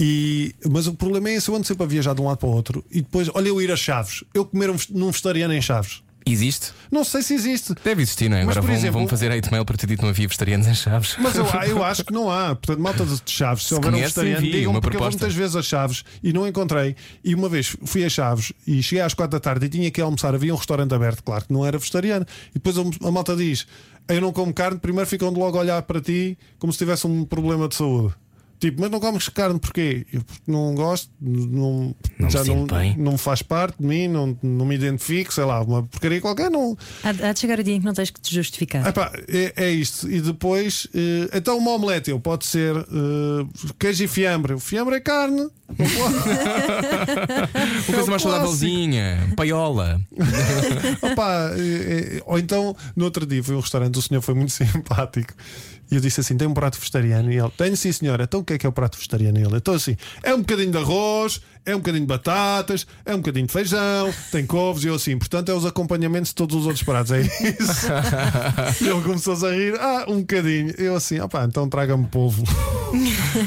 S4: E, mas o problema é esse, eu ando sempre a viajar de um lado para o outro e depois, olha, eu ir a Chaves, eu comer um, ves- num vegetariano em Chaves.
S2: Existe?
S4: Não sei se existe.
S2: Deve existir, não é?
S4: Mas,
S2: Agora
S4: por
S2: vão,
S4: exemplo-
S2: vão fazer hate mail para ter dito que não havia vegetarianos em Chaves.
S4: Mas eu, eu acho que não há. Portanto, malta de Chaves, se houver um
S2: conhecem,
S4: vegetariano,
S2: enviem
S4: digam
S2: uma
S4: porque eu vou
S2: proposta.
S4: muitas vezes a Chaves e não encontrei. E uma vez fui a Chaves e cheguei às quatro da tarde e tinha que almoçar. Havia um restaurante aberto, claro que não era vegetariano. E depois a a malta diz: Eu não como carne. Primeiro ficam de logo a olhar para ti como se tivesse um problema de saúde. Tipo, mas não comes carne porquê? Eu, porque não gosto, não,
S2: Não me
S4: já não,
S2: sinto bem."
S4: não faz parte de mim, não, não me identifico, sei lá, uma porcaria qualquer, não,
S3: Há, há de chegar o dia em que não tens que te justificar.
S2: Ah,
S4: Epá, é, é isto. E depois, eh, então uma omelete eu pode ser eh, queijo e fiambre. O fiambre é carne. Não pode.
S2: Uma coisa mais
S4: clássico.
S2: saudávelzinha, paiola.
S4: Epá, eh, eh, ou então, no outro dia foi um restaurante, o senhor foi muito simpático. E eu disse assim: tem um prato vegetariano? E ele, tenho sim, senhora. Então o que é que é o prato vegetariano? E ele, então assim, é um bocadinho de arroz, é um bocadinho de batatas, é um bocadinho de feijão, tem couves. E eu assim, portanto é os acompanhamentos de todos os outros pratos, é isso? E ele começou a rir, ah, um bocadinho. Eu assim, opá, então traga-me polvo.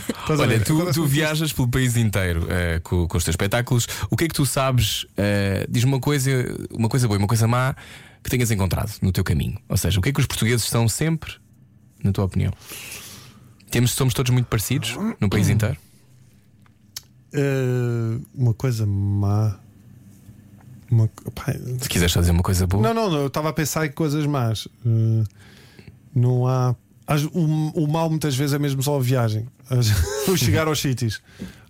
S4: Estás a
S2: Olha,
S4: ver?
S2: tu, tu viajas pelo país inteiro eh, com, com os teus espetáculos. O que é que tu sabes? eh, diz uma coisa, uma coisa boa e uma coisa má que tenhas encontrado no teu caminho. Ou seja, o que é que os portugueses são sempre, na tua opinião? Temos, somos todos muito parecidos no país inteiro?
S4: Eh, uma coisa má. Uma, co- opá,
S2: Se quiseres fazer uma coisa boa,
S4: não, não, não, eu estava a pensar em coisas más. Eh, não há. às- o, o mal muitas vezes é mesmo só a viagem, Às- o chegar aos sítios.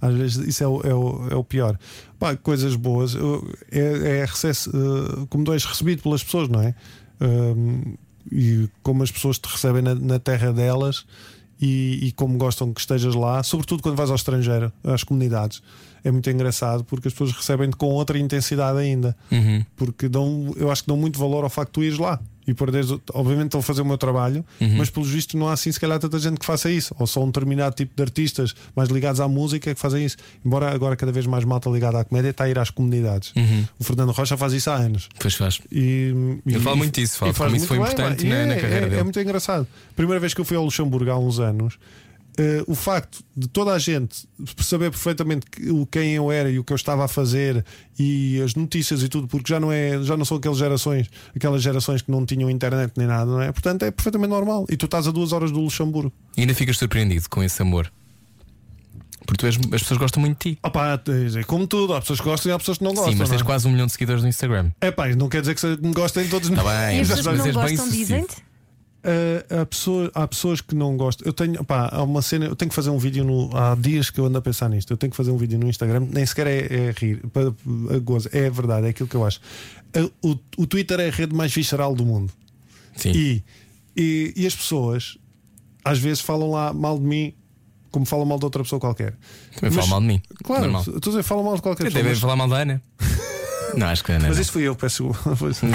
S4: Às vezes isso é o, é o, é o pior. Pá, coisas boas eu- é, é recesso, eh, como tu és recebido pelas pessoas, não é? Hum, e como as pessoas te recebem na, na terra delas e, e como gostam que estejas lá, sobretudo quando vais ao estrangeiro, às comunidades. É muito engraçado porque as pessoas recebem-te com outra intensidade ainda, porque dão, eu acho que dão muito valor ao facto de tu ires lá e perderes. o- Obviamente estão a fazer o meu trabalho, mas pelos vistos não há assim, se calhar, tanta gente que faça isso, ou só um determinado tipo de artistas mais ligados à música é que fazem isso. Embora agora cada vez mais malta ligada à comédia está a ir às comunidades. O Fernando Rocha faz isso há anos.
S2: depois faz.
S4: E,
S2: Ele
S4: e-
S2: fala muito disso, fala
S4: e faz
S2: como isso
S4: muito
S2: foi
S4: bem,
S2: importante
S4: pá.
S2: na-
S4: E
S2: na
S4: é-
S2: carreira
S4: é,
S2: dele.
S4: É muito engraçado. Primeira vez que eu fui ao Luxemburgo há uns anos, eh, o facto de toda a gente saber perfeitamente que- o quem eu era e o que eu estava a fazer e as notícias e tudo, porque já não, é, já não são aquelas gerações, aquelas gerações que não tinham internet nem nada, não é? Portanto, é perfeitamente normal. E tu estás a duas horas do Luxemburgo.
S2: E ainda ficas surpreendido com esse amor. Porque tu és- as pessoas gostam muito de ti.
S4: Opa, é como tudo, há pessoas que gostam e há pessoas que não gostam.
S2: Sim, mas tens
S4: não é?
S2: quase um milhão de seguidores no Instagram.
S4: É pá, não quer dizer que se- me gostem todos
S2: Tá bem,
S3: e as
S2: mas
S3: pessoas que
S2: és
S3: não
S2: bem
S3: gostam
S2: sucedido.
S3: dizem-te?
S4: Uh, há, pessoa- há pessoas que não gostam. Eu tenho, pá, há uma cena, eu tenho que fazer um vídeo no. Há dias que eu ando a pensar nisto. Eu tenho que fazer um vídeo no Instagram, nem sequer é, é rir, para, Eh, a gozo. É verdade, é aquilo que eu acho. Uh, o, o Twitter é a rede mais visceral do mundo.
S2: Sim.
S4: E, e, e as pessoas às vezes falam lá mal de mim, como falam mal de outra pessoa qualquer.
S2: Também fala mal de mim.
S4: Claro,
S2: Normal.
S4: estou a dizer, falam mal de qualquer
S2: Eu
S4: pessoa.
S2: também
S4: mas-
S2: vou falar mal da Ana. Não, acho que a Ana.
S4: Mas
S2: não.
S4: isso fui eu, peço. Opa,
S2: Sim.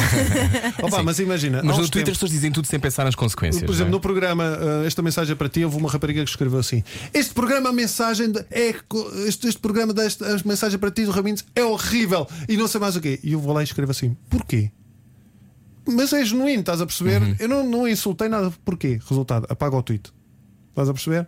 S4: mas imagina.
S2: Mas
S4: há
S2: no
S4: uns
S2: Twitter as
S4: tempos-
S2: pessoas dizem tudo sem pensar nas consequências.
S4: Por exemplo,
S2: não é?
S4: no programa, ah, esta mensagem é para ti, houve uma rapariga que escreveu assim: Este programa, a mensagem de- é. co- Este, este programa, deste, a mensagem para ti do Raminhos é horrível e não sei mais o quê. E eu vou lá e escrevo assim: Porquê? Mas é genuíno, estás a perceber? Eu não, não insultei nada. Porquê? Resultado: apaga o tweet. Estás a perceber?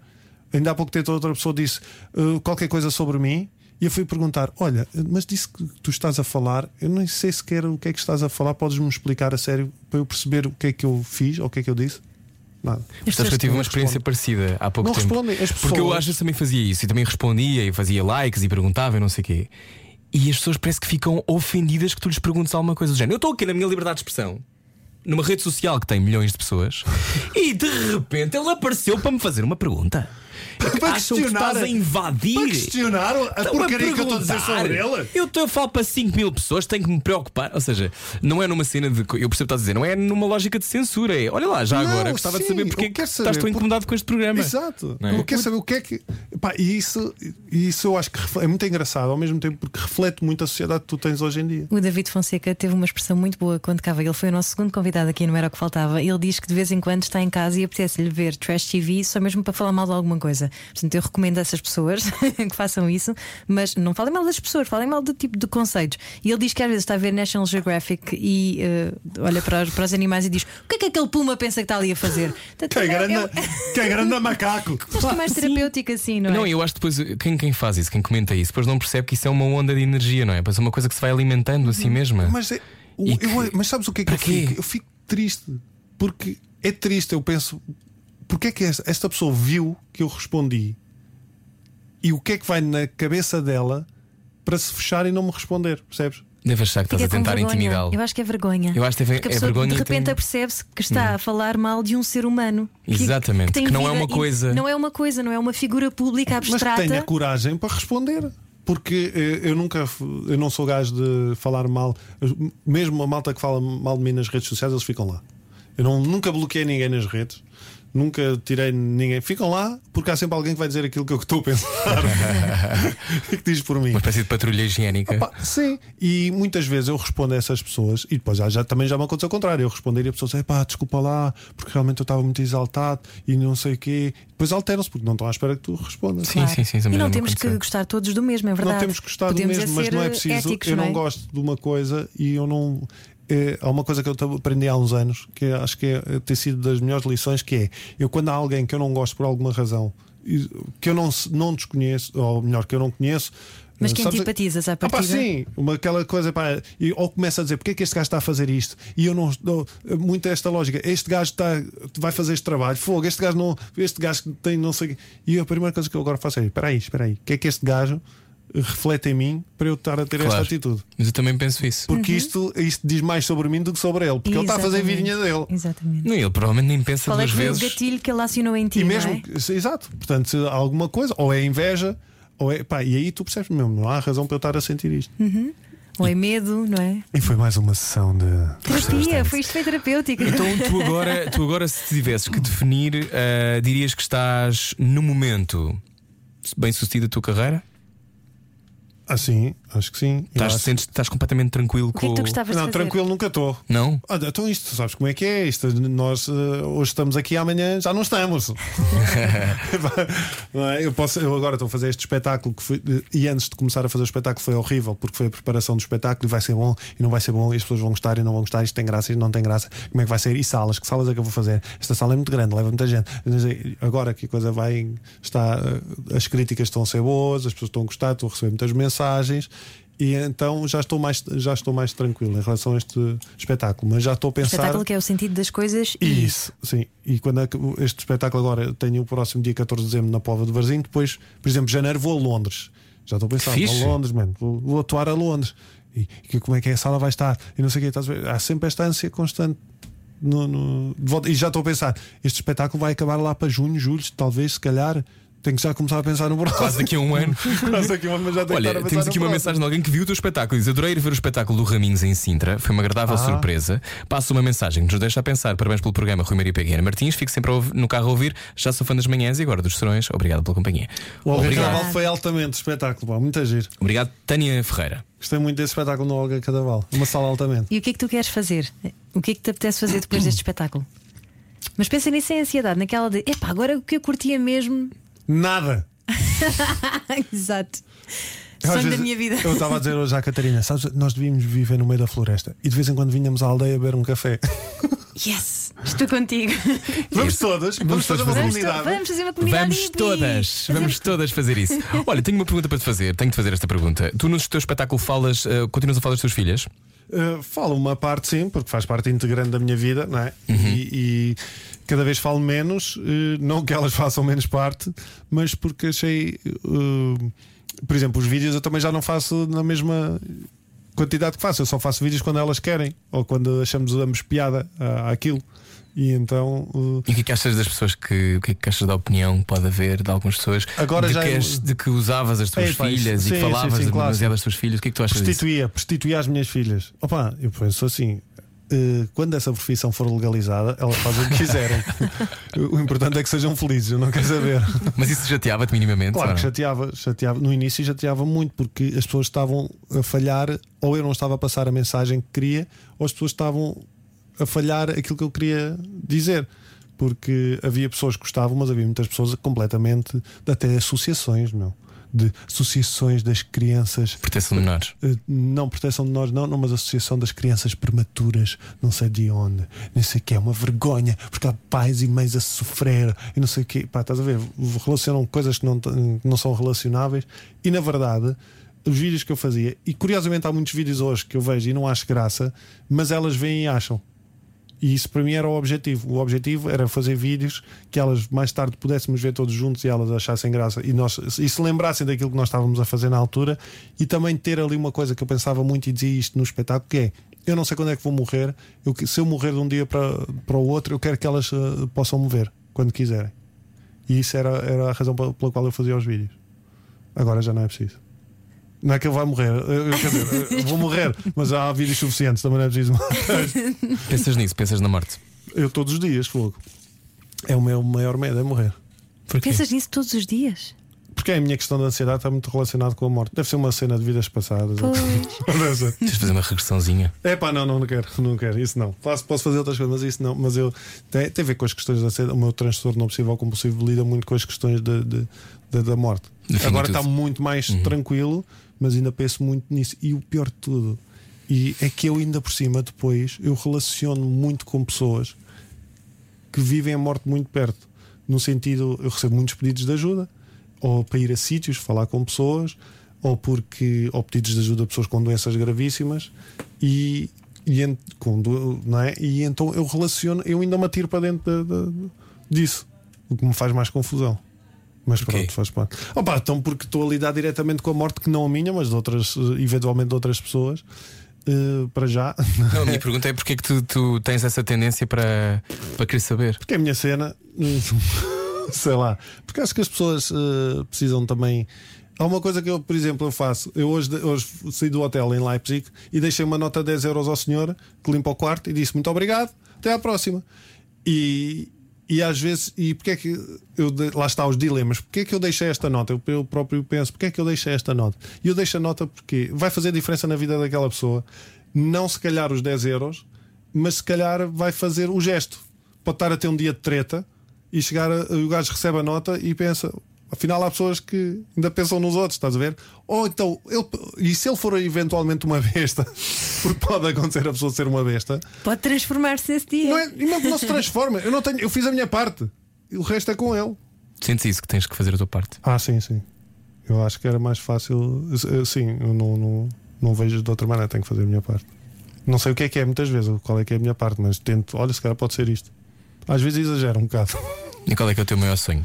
S4: Ainda há pouco tempo outra pessoa disse ah, qualquer coisa sobre mim. E eu fui perguntar: Olha, eh, mas disse que tu estás a falar, eu nem sei sequer o que é que estás a falar, podes-me explicar a sério para eu perceber o que é que eu fiz ou o que é que eu disse? Nada.
S2: Sabes que eu tive
S4: não
S2: uma experiência parecida há pouco
S4: Não
S2: tempo.
S4: respondem, as
S2: Porque eu
S4: pessoas-
S2: às vezes também fazia isso e também respondia e fazia likes e perguntava e não sei o quê. E as pessoas parece que ficam ofendidas que tu lhes perguntes alguma coisa do género. Eu estou aqui na minha liberdade de expressão, numa rede social que tem milhões de pessoas, e de repente ele apareceu para me fazer uma pergunta. É que
S4: Para
S2: Acham que
S4: questionar-
S2: estás a invadir.
S4: Para questionar a
S2: Estão
S4: porcaria que eu estou a dizer
S2: Então, perguntar.
S4: sobre ele?
S2: Eu, estou- eu falo para 5 mil pessoas, tenho que me preocupar. Ou seja, não é numa cena de. co- Eu percebo o que estás a dizer, não é numa lógica de censura. É, olha lá, já
S4: Não,
S2: agora, gostava de
S4: sim,
S2: saber
S4: eu
S2: porque é que
S4: quero
S2: estás tão
S4: saber,
S2: incomodado com este programa.
S4: Exato.
S2: Não é?
S4: Eu quero saber o que é que. Pá, e isso, e isso eu acho que refle- é muito engraçado ao mesmo tempo porque reflete muito a sociedade que tu tens hoje em dia.
S3: O David Fonseca teve uma expressão muito boa quando cá veio. Ele foi o nosso segundo convidado aqui, não era o que faltava. Ele diz que de vez em quando está em casa e apetece-lhe ver trash TV só mesmo para falar mal de alguma coisa. Portanto, eu recomendo a essas pessoas que façam isso, mas não falem mal das pessoas, falem mal do tipo de conceitos. E ele diz que às vezes está a ver National Geographic e eh, olha para os, para os animais e diz: o que é que aquele puma pensa que está ali a fazer? Portanto, é- é-
S4: que é grande macaco!
S3: Acho que é mais terapêutico assim, não é?
S2: Não, eu acho que depois quem, quem faz isso, quem comenta isso, depois não percebe que isso é uma onda de energia, não é? Parece uma coisa que se vai alimentando a si mesma.
S4: Mas, é- o-
S2: E
S4: eu-
S2: que-
S4: mas sabes o que é que
S2: para
S4: eu
S2: quê?
S4: fico? Eu fico triste. Porque é triste, eu penso, porque é que esta, esta pessoa viu que eu respondi? E o que é que vai na cabeça dela para se fechar e não me responder? Percebes?
S2: Deve achar que estás
S3: Fica
S2: a
S3: com
S2: tentar
S3: vergonha.
S2: intimidá-lo.
S3: Eu acho que é vergonha.
S2: Eu acho que é ver-
S3: Porque a
S2: é
S3: pessoa
S2: vergonha
S3: de
S2: e
S3: repente
S2: tem- Hum.
S3: apercebe-se que está a falar mal de um ser humano. Que-
S2: Exatamente,
S3: tem
S2: que não é
S3: vida
S2: uma
S3: e-
S2: coisa.
S3: Não é uma coisa, não é uma figura pública
S4: Mas que tenha
S3: abstrata.
S4: coragem para responder. Porque eh, eu nunca, f- eu não sou gajo de falar mal, mesmo a malta que fala mal de mim nas redes sociais, eles ficam lá. Eu não- nunca bloqueei ninguém nas redes, nunca tirei ninguém. Ficam lá porque há sempre alguém que vai dizer aquilo que eu estou a pensar e que diz por mim.
S2: Uma espécie de patrulha higiênica.
S4: Pá, sim, e muitas vezes eu respondo a essas pessoas, e depois já, já- também já me aconteceu o contrário. Eu responder e a pessoa diz: pá, desculpa lá, porque realmente eu estava muito exaltado e não sei o quê. Depois alteram-se, porque não estão à espera que tu respondas.
S2: Sim, sim, é sim, também já
S3: E não
S2: me
S3: temos que
S2: aconteceu.
S3: gostar todos do mesmo, é verdade.
S4: Não temos que gostar do
S3: Podemos
S4: mesmo,
S3: é
S4: mas
S3: ser
S4: não é preciso.
S3: Éticos,
S4: eu
S3: não,
S4: não,
S3: é?
S4: gosto de uma coisa e eu não. É, há uma coisa que eu t- aprendi há uns anos que é- acho que é, é, tem sido das melhores lições: que é eu, quando há alguém que eu não gosto por alguma razão, e- que eu não, se- não desconheço, ou melhor, que eu não conheço.
S3: Mas que
S4: sabes-
S3: antipatizas à
S4: Ah, pá,
S3: partida?
S4: sim, uma, aquela coisa, pá, e, ou começa a dizer porque é que este gajo está a fazer isto e eu não dou muito esta lógica. Este gajo está, vai fazer este trabalho, fogo, este gajo não, este gajo que tem não sei. o quê. E a primeira coisa que eu agora faço é: espera aí, espera aí, o que é que este gajo reflete em mim para eu estar a ter esta
S2: Claro.
S4: atitude?
S2: Mas eu também penso isso.
S4: Porque isto, isto diz mais sobre mim do que sobre ele, porque ele está a fazer a
S3: Uhum. Exatamente.
S4: vidinha dele.
S3: Exatamente.
S2: Não, ele provavelmente nem pensa
S3: Qual é
S2: duas
S3: que foi o
S2: vezes.
S3: gatilho que ele acionou em ti?
S4: E
S3: não
S4: mesmo,
S3: é?
S4: que- se- exato, portanto, se há alguma coisa, ou é inveja, ou é, pá, e aí tu percebes mesmo, não há razão para eu estar a sentir isto.
S3: Hum. Ou é medo, não é?
S4: E foi mais uma sessão de.
S3: Terapia, foi isto foi terapêutica.
S2: Então tu agora, tu agora se tivesses que definir, ah, dirias que estás no momento bem sucedida a tua carreira?
S4: Ah, sim, acho que sim. Eu
S2: Estás,
S4: acho-
S2: sentes, estás completamente tranquilo
S3: O que
S2: com
S3: é que tu gostavas
S4: Não,
S3: de fazer?
S4: tranquilo, nunca estou.
S2: Não?
S4: Olha, então isto, sabes como é que é? Isto, nós eh, hoje estamos aqui, amanhã já não estamos. Não é? eu, posso, eu agora estou a fazer este espetáculo que foi, e antes de começar a fazer o espetáculo foi horrível, porque foi a preparação do espetáculo e vai ser bom e não vai ser bom, e as pessoas vão gostar e não vão gostar, isto tem graça e não tem graça, como é que vai ser? E salas, que salas é que eu vou fazer? Esta sala é muito grande, leva muita gente. eh, Agora que a coisa vai. Está, eh, as críticas estão a ser boas, as pessoas estão a gostar, estou a receber muitas mensagens e então já estou mais já estou mais tranquilo em relação a este espetáculo mas já estou a
S3: O
S4: pensar
S3: espetáculo que é o sentido das coisas e
S4: isso sim e quando é que este espetáculo agora tenho o próximo dia 14 de dezembro na Pova de Varzim depois por exemplo janeiro vou a Londres já estou a pensar
S2: Fixe.
S4: vou a Londres mano vou, vou atuar a Londres e, que- como é que a sala vai estar e não sei o quê estás a ver? há sempre esta ânsia constante no- no- de volta. e já estou a pensar este espetáculo vai acabar lá para junho julho talvez se calhar Tenho que já começar a pensar no
S2: Quase
S4: próximo.
S2: daqui a um ano.
S4: Quase aqui uma, mas já tenho que estar
S2: Olha,
S4: a um
S2: temos
S4: pensar no
S2: aqui uma
S4: próximo.
S2: mensagem de alguém que viu o teu espetáculo e diz: Adorei ir ver o espetáculo do Raminhos em Sintra, foi uma agradável surpresa. Passa uma mensagem que nos deixa a pensar. Parabéns pelo programa Rui Maria Pegueira Martins, fico sempre a ouvir- no carro a ouvir. Já sou fã das manhãs e agora dos serões. Obrigado pela companhia.
S4: O Olga
S2: Obrigado.
S4: Cadaval foi altamente espetáculo, pá, muito giro.
S2: Obrigado, Tânia Ferreira.
S4: Gostei muito desse espetáculo no Olga Cadaval. Uma sala altamente.
S3: E o que é que tu queres fazer? O que é que te apetece fazer depois deste espetáculo? Mas pensa nisso sem ansiedade, naquela de epá, agora o que eu curtia mesmo.
S4: Nada!
S3: Exato.
S4: Eu, às
S3: Sonho da
S4: vezes,
S3: minha vida.
S4: Eu estava a dizer hoje à Catarina: sabes, nós devíamos viver no meio da floresta e de vez em quando vinhamos à aldeia beber um café.
S3: Yes, estou contigo.
S4: Vamos todas, vamos todas fazer
S3: Vamos, to-
S4: unidade.
S3: vamos fazer uma comunidade.
S2: Vamos
S3: hippie.
S2: todas, vamos todas fazer isso. Olha, tenho uma pergunta para te fazer. Tenho de fazer esta pergunta. Tu no teu espetáculo falas, eh, continuas a falar das tuas filhas?
S4: Uh, falo uma parte sim, porque faz parte integrante da minha vida, não é? E, e cada vez falo menos, uh, não que elas façam menos parte, mas porque achei. uh, por exemplo, os vídeos eu também já não faço na mesma quantidade que faço, eu só faço vídeos quando elas querem ou quando achamos ambos piada à- àquilo. E então. uh,
S2: E o que é que achas das pessoas que. O que é que achas da opinião que pode haver de algumas pessoas?
S4: Agora
S2: de,
S4: já
S2: que
S4: é-
S2: as- de que usavas as tuas
S4: É, pá,
S2: filhas e
S4: sim,
S2: que falavas
S4: sim, sim, claro.
S2: demasiado das tuas filhas? O que é que tu achas disso?
S4: Prostituía, prostituía as minhas filhas. Opa, eu penso assim. eh, Quando essa profissão for legalizada, elas fazem o que quiserem. o importante é que sejam felizes, eu não quero saber.
S2: Mas isso chateava-te minimamente?
S4: Claro
S2: ou
S4: que
S2: não?
S4: chateava, chateava. No início chateava muito porque as pessoas estavam a falhar, ou eu não estava a passar a mensagem que queria, ou as pessoas estavam a falhar aquilo que eu queria dizer. Porque havia pessoas que gostavam, mas havia muitas pessoas completamente, até associações, meu, de associações das crianças
S2: Proteção de menores.
S4: eh, não proteção de nós, não, não, mas a Associação das Crianças Prematuras, não sei de onde, não sei o que, é uma vergonha, porque há pais e mães a sofrer, e não sei o que, pá, estás a ver? Relacionam coisas que não, t- não são relacionáveis, e na verdade, os vídeos que eu fazia, e curiosamente há muitos vídeos hoje que eu vejo e não acho graça, mas elas veem e acham. E isso para mim era o objetivo. O objetivo era fazer vídeos que elas mais tarde pudéssemos ver todos juntos e elas achassem graça e, nós, e se lembrassem daquilo que nós estávamos a fazer na altura e também ter ali uma coisa que eu pensava muito e dizia isto no espetáculo que é eu não sei quando é que vou morrer, eu, que- se eu morrer de um dia para, para o outro, eu quero que elas eh, possam me ver quando quiserem. E isso era, era a razão pela pela qual eu fazia os vídeos. Agora já não é preciso. Não é que eu vá morrer, eu, eu, quer dizer, eu vou morrer, mas já há vídeos suficientes, também não é preciso
S2: Pensas nisso, pensas na morte.
S4: eu todos os dias, fogo. É o meu maior medo, é morrer.
S2: Porquê?
S3: Pensas nisso todos os dias?
S4: Porque é a minha questão de ansiedade está muito relacionada com a morte. Deve ser uma cena de vidas passadas.
S3: Pois.
S4: Deve ser.
S2: Tens de fazer uma regressãozinha.
S4: É pá, não, não, não quero, não quero, isso não. Faço- posso fazer outras coisas, mas isso não. Mas eu. Tem, tem a ver com as questões da ansiedade. O meu transtorno obsessivo compulsivo lida muito com as questões de, de- de- da morte.
S2: Define
S4: Agora
S2: tudo.
S4: está muito mais tranquilo, mas ainda penso muito nisso. E o pior de tudo e é que eu, ainda por cima, depois, eu relaciono muito com pessoas que vivem a morte muito perto. No sentido, eu recebo muitos pedidos de ajuda, ou para ir a sítios, falar com pessoas, ou porque ou pedidos de ajuda a pessoas com doenças gravíssimas e, e en- com do- não é? E então eu relaciono, eu ainda me atiro para dentro da- da- disso, o que me faz mais confusão. Mas
S2: Ok.
S4: pronto, faz parte. Opa, então porque estou a lidar diretamente com a morte, que não a minha, mas de outras, eh, eventualmente de outras pessoas, eh, para já,
S2: Não, a minha pergunta é porque é que tu, tu tens essa tendência para, para querer saber?
S4: Porque é a minha cena, eh, sei lá, porque acho que as pessoas eh, precisam também. Há uma coisa que eu, por exemplo, eu faço. Eu hoje, de- hoje saí do hotel em Leipzig e deixei uma nota de 10 euros ao senhor que limpa o quarto e disse muito obrigado, até à próxima. E, e às vezes, e porque é que eu de- lá está os dilemas? Porque é que eu deixei esta nota? Eu, eu próprio penso, porque é que eu deixei esta nota? E eu deixo a nota porque vai fazer diferença na vida daquela pessoa, não se calhar os 10 euros, mas se calhar vai fazer o gesto pode estar a ter um dia de treta e chegar a, o gajo recebe a nota e pensa. Afinal, há pessoas que ainda pensam nos outros, estás a ver? Ou então, ele, e se ele for eventualmente uma besta, porque pode acontecer a pessoa ser uma besta,
S3: Pode transformar-se nesse dia.
S4: não, é, não, não se transforma. Eu, não tenho, eu fiz a minha parte, o resto é com ele.
S2: Sentes isso que tens que fazer a tua parte?
S4: Ah, sim, sim. Eu acho que era mais fácil. eh, Sim, eu não, não, não vejo de outra maneira, tenho que fazer a minha parte. Não sei o que é que é muitas vezes, qual é que é a minha parte, mas tento. Olha, se calhar pode ser isto. Às vezes exagero um bocado.
S2: E qual é que é o teu maior sonho?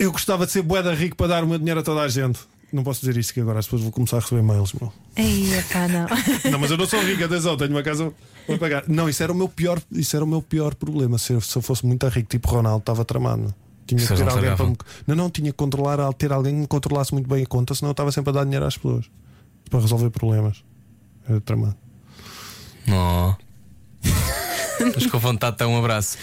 S4: Eu gostava de ser boeda rico para dar o meu dinheiro a toda a gente. Não posso dizer isto que agora as pessoas vão começar a receber mails, meu.
S3: Ei, epá, não.
S4: Não, mas eu não sou rico, atenção, tenho uma casa para pagar. Não, isso era o meu pior, isso era o meu pior problema. Se eu, se eu fosse muito rico, tipo Ronaldo, estava tramado. meu. Tinha
S2: Vocês
S4: que ter
S2: não
S4: alguém para
S2: sagravam?
S4: me... Não, não, tinha que controlar, al- ter alguém que me controlasse muito bem a conta, senão eu estava sempre a dar dinheiro às pessoas para resolver problemas. Era tramado.
S2: Oh. Mas com vontade de dar um abraço.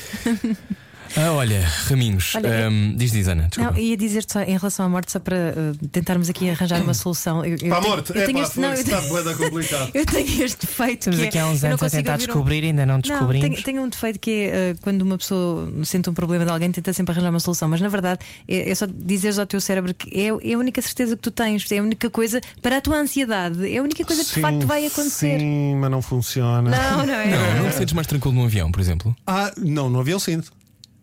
S2: Ah, olha, Raminhos,
S3: Olha,
S2: hum, diz, diz, Ana.
S3: Não,
S2: Desculpa.
S3: ia dizer só em relação à morte, só para eh, tentarmos aqui arranjar uma solução. Eu, eu
S4: Para a
S3: tenho-
S4: morte,
S3: eu
S4: é
S3: tenho
S4: pá,
S3: este- não, eu
S4: está boeda complicado.
S3: Eu tenho este defeito.
S9: Estamos
S3: que
S9: aqui
S3: é-
S9: há uns
S3: eu não
S9: anos tá a
S3: consigo
S9: tentar
S3: ouvir um-
S9: descobrir, ainda não descobrimos.
S3: tenho, tenho um defeito que é eh, quando uma pessoa sente um problema de alguém, tenta sempre arranjar uma solução, mas na verdade é, é só dizeres ao teu cérebro que é, é a única certeza que tu tens, é a única coisa para a tua ansiedade, é a única coisa que de facto vai acontecer.
S4: Sim, mas não funciona.
S3: Não, não é?
S2: Não, não te sentes mais tranquilo num avião, por exemplo?
S4: Ah, não, no avião sinto.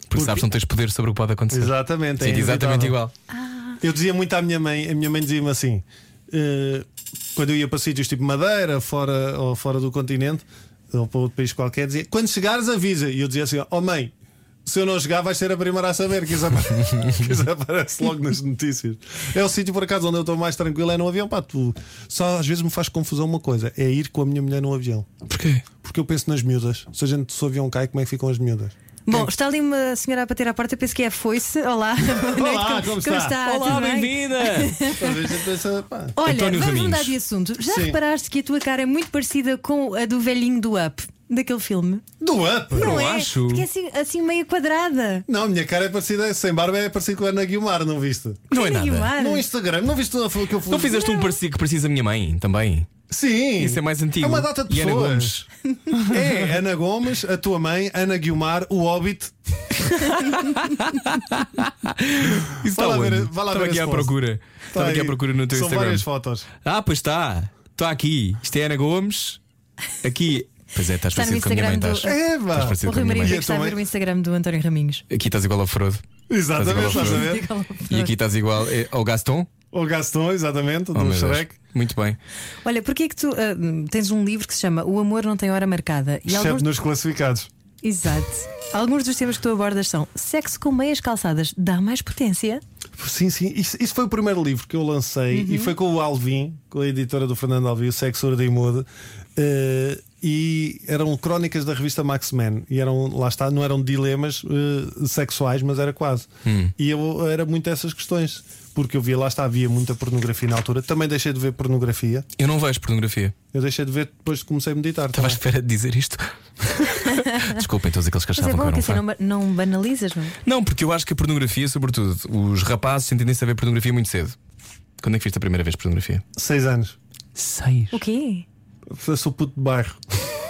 S2: Porque, sabes que não tens poder sobre o que pode acontecer.
S4: Exatamente. é
S2: Sim, exatamente
S4: inevitável.
S2: igual.
S4: Eu dizia muito à minha mãe, a minha mãe dizia-me assim: eh, quando eu ia para sítios tipo Madeira, fora, ou fora do continente, ou para outro país qualquer, dizia: quando chegares, avisa. E eu dizia assim: oh mãe, se eu não chegar, vais ser a primeira a saber, que isso, apa- que isso aparece logo nas notícias. É o sítio, por acaso, onde eu estou mais tranquilo, é no avião. Pá, tu, só às vezes me faz confusão uma coisa: é ir com a minha mulher no avião.
S2: Porquê?
S4: Porque eu penso nas miúdas. Se a gente se o avião cai, como é que ficam as miúdas?
S3: Bom, está ali uma senhora a bater à porta, eu penso que é a foice. Olá, boa noite,
S4: Olá, como está?
S3: Tudo bem?
S4: Às vezes eu penso, pá,
S3: Olha,
S2: António
S3: vamos
S2: Raminhos.
S3: mudar de assunto. Já
S4: Sim.
S3: reparaste que a tua cara é muito parecida com a do velhinho do Up, daquele filme?
S4: do up!
S3: Não, é?
S2: acho.
S3: Porque é assim, assim meio quadrada.
S4: Não, a minha cara é parecida, sem barba é parecida com a Ana Guilmar, não viste?
S2: Não é
S3: Ana
S2: nada.
S3: Guimar.
S4: No Instagram, não viste a foto que eu fui?
S2: Não fizeste um parecido que precisa da minha mãe também?
S4: Sim!
S2: Isso é mais antigo.
S4: É uma data de
S2: E Ana
S4: pessoas. É, Ana Gomes, a tua mãe, Ana Guilmar, o Hobbit.
S2: Isso
S4: Vai
S2: está
S4: lá ver-
S2: onde?
S4: vai tá
S2: Estava
S4: lá ver
S2: aqui
S4: esse
S2: à
S4: post. Tá
S2: procura. Estava aqui à procura no teu
S4: São
S2: Instagram.
S4: várias fotos.
S2: Ah, pois está. Estou aqui. Isto é Ana Gomes. Aqui. Pois é, estás
S3: Está Tá no
S2: parecido com a minha mãe.
S3: Instagram do-
S2: Estás
S4: Eva!
S2: Estás É, parecido
S3: O
S2: com a
S3: Rui
S2: minha
S3: Maria
S2: mãe.
S4: E
S3: está a
S4: então
S3: ver
S4: é-
S3: o Instagram do António Raminhos.
S2: Aqui estás igual ao Frodo.
S4: Exatamente,
S2: Estás igual ao
S4: estás a
S2: Frodo.
S4: ver?
S2: E aqui estás igual eh, ao Gaston.
S4: O Gaston, exatamente,
S2: Oh,
S4: do
S2: meu Deus.
S4: Shrek.
S2: Muito bem.
S3: Olha, porquê é que tu ah, tens um livro que se chama O Amor Não Tem Hora Marcada? E
S4: Exceto
S3: alguns...
S4: nos classificados.
S3: Exato. Alguns dos temas que tu abordas são sexo com meias calçadas dá mais potência?
S4: Sim, sim. Isso, isso foi o primeiro livro que eu lancei e foi com o Alvin, com a editora do Fernando Alvin, o Sexo Urda e Muda. eh, e eram crónicas da revista Max Men e eram, lá está, não eram dilemas eh, sexuais, mas era quase. E eu era muito essas questões, porque eu via, lá está, havia muita pornografia na altura. Também deixei de ver pornografia,
S2: Eu não vejo pornografia.
S4: eu deixei de ver depois que comecei a meditar.
S2: Estava
S3: Tá
S2: à
S4: também.
S2: espera de dizer isto. Desculpem todos aqueles que
S3: Mas é
S2: achavam que eu
S3: bom
S2: era um
S3: que assim
S2: fã.
S3: não, ba- não banalizas, não? é?
S2: Não, porque eu acho que a pornografia, sobretudo, os rapazes têm tendência a ver pornografia muito cedo. Quando é que viste a primeira vez pornografia?
S4: Seis anos.
S2: Seis.
S3: O quê?
S4: Eu sou puto de bairro.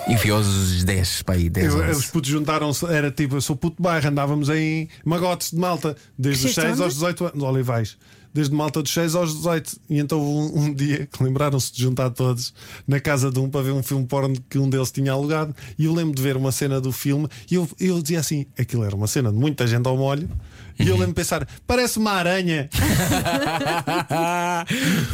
S2: E vi aos 10, pá, aí 10
S4: Eu-
S2: anos.
S4: Eles putos juntaram-se, era tipo, eu sou puto de bairro, andávamos em magotes de malta, desde os
S3: Cresceste
S4: 6
S2: é?
S3: onde?
S4: aos 18 anos, olivais, desde malta dos 6 aos 18. E então houve um, um dia que lembraram-se de juntar todos na casa de um para ver um filme porno que um deles tinha alugado. E eu lembro de ver uma cena do filme e eu, eu dizia assim: aquilo era uma cena de muita gente ao molho. E eu lembro de pensar, parece uma aranha.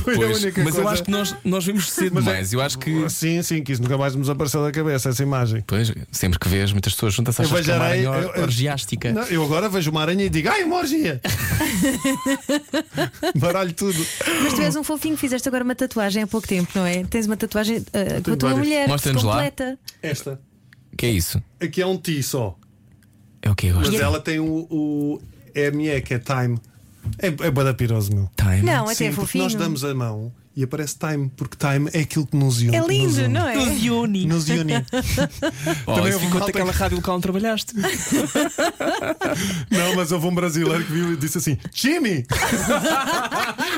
S4: Foi a
S2: Pois,
S4: única
S2: mas eu
S4: coisa.
S2: acho que nós, nós vimos cedo
S4: Mas é-
S2: demais. Eu acho que.
S4: Sim, sim, que isso nunca mais nos apareceu da cabeça, essa imagem.
S2: Pois, sempre que vês muitas pessoas juntas, achas que é uma
S4: aranha-
S2: aranha
S4: eu- eu-
S2: orgiástica.
S4: Não, eu agora vejo uma aranha e digo, ai, uma orgia! Baralho tudo.
S3: Mas tu és um fofinho, fizeste agora uma tatuagem há pouco tempo, não é? Tens uma tatuagem ah, com a tua
S4: várias.
S3: mulher
S2: Mostra-nos lá.
S3: completa.
S4: Esta.
S2: Que é isso?
S4: Aqui é um T só,
S2: É o que eu gosto.
S4: mas ela tem o, o ME, que é time. É, é bada piroso, meu.
S2: Time.
S3: Não, até é
S4: Sim, porque
S3: fofinho.
S4: nós damos a mão e aparece time, porque time é aquilo que nos une.
S3: É
S4: nos
S3: lindo,
S4: une.
S3: não é?
S4: Nos une.
S2: Oh,
S4: Também
S2: isso
S4: houve um
S2: ficou
S4: malta
S2: daquela rádio local onde trabalhaste.
S4: Não, mas houve um brasileiro que viu e disse assim: Jimmy!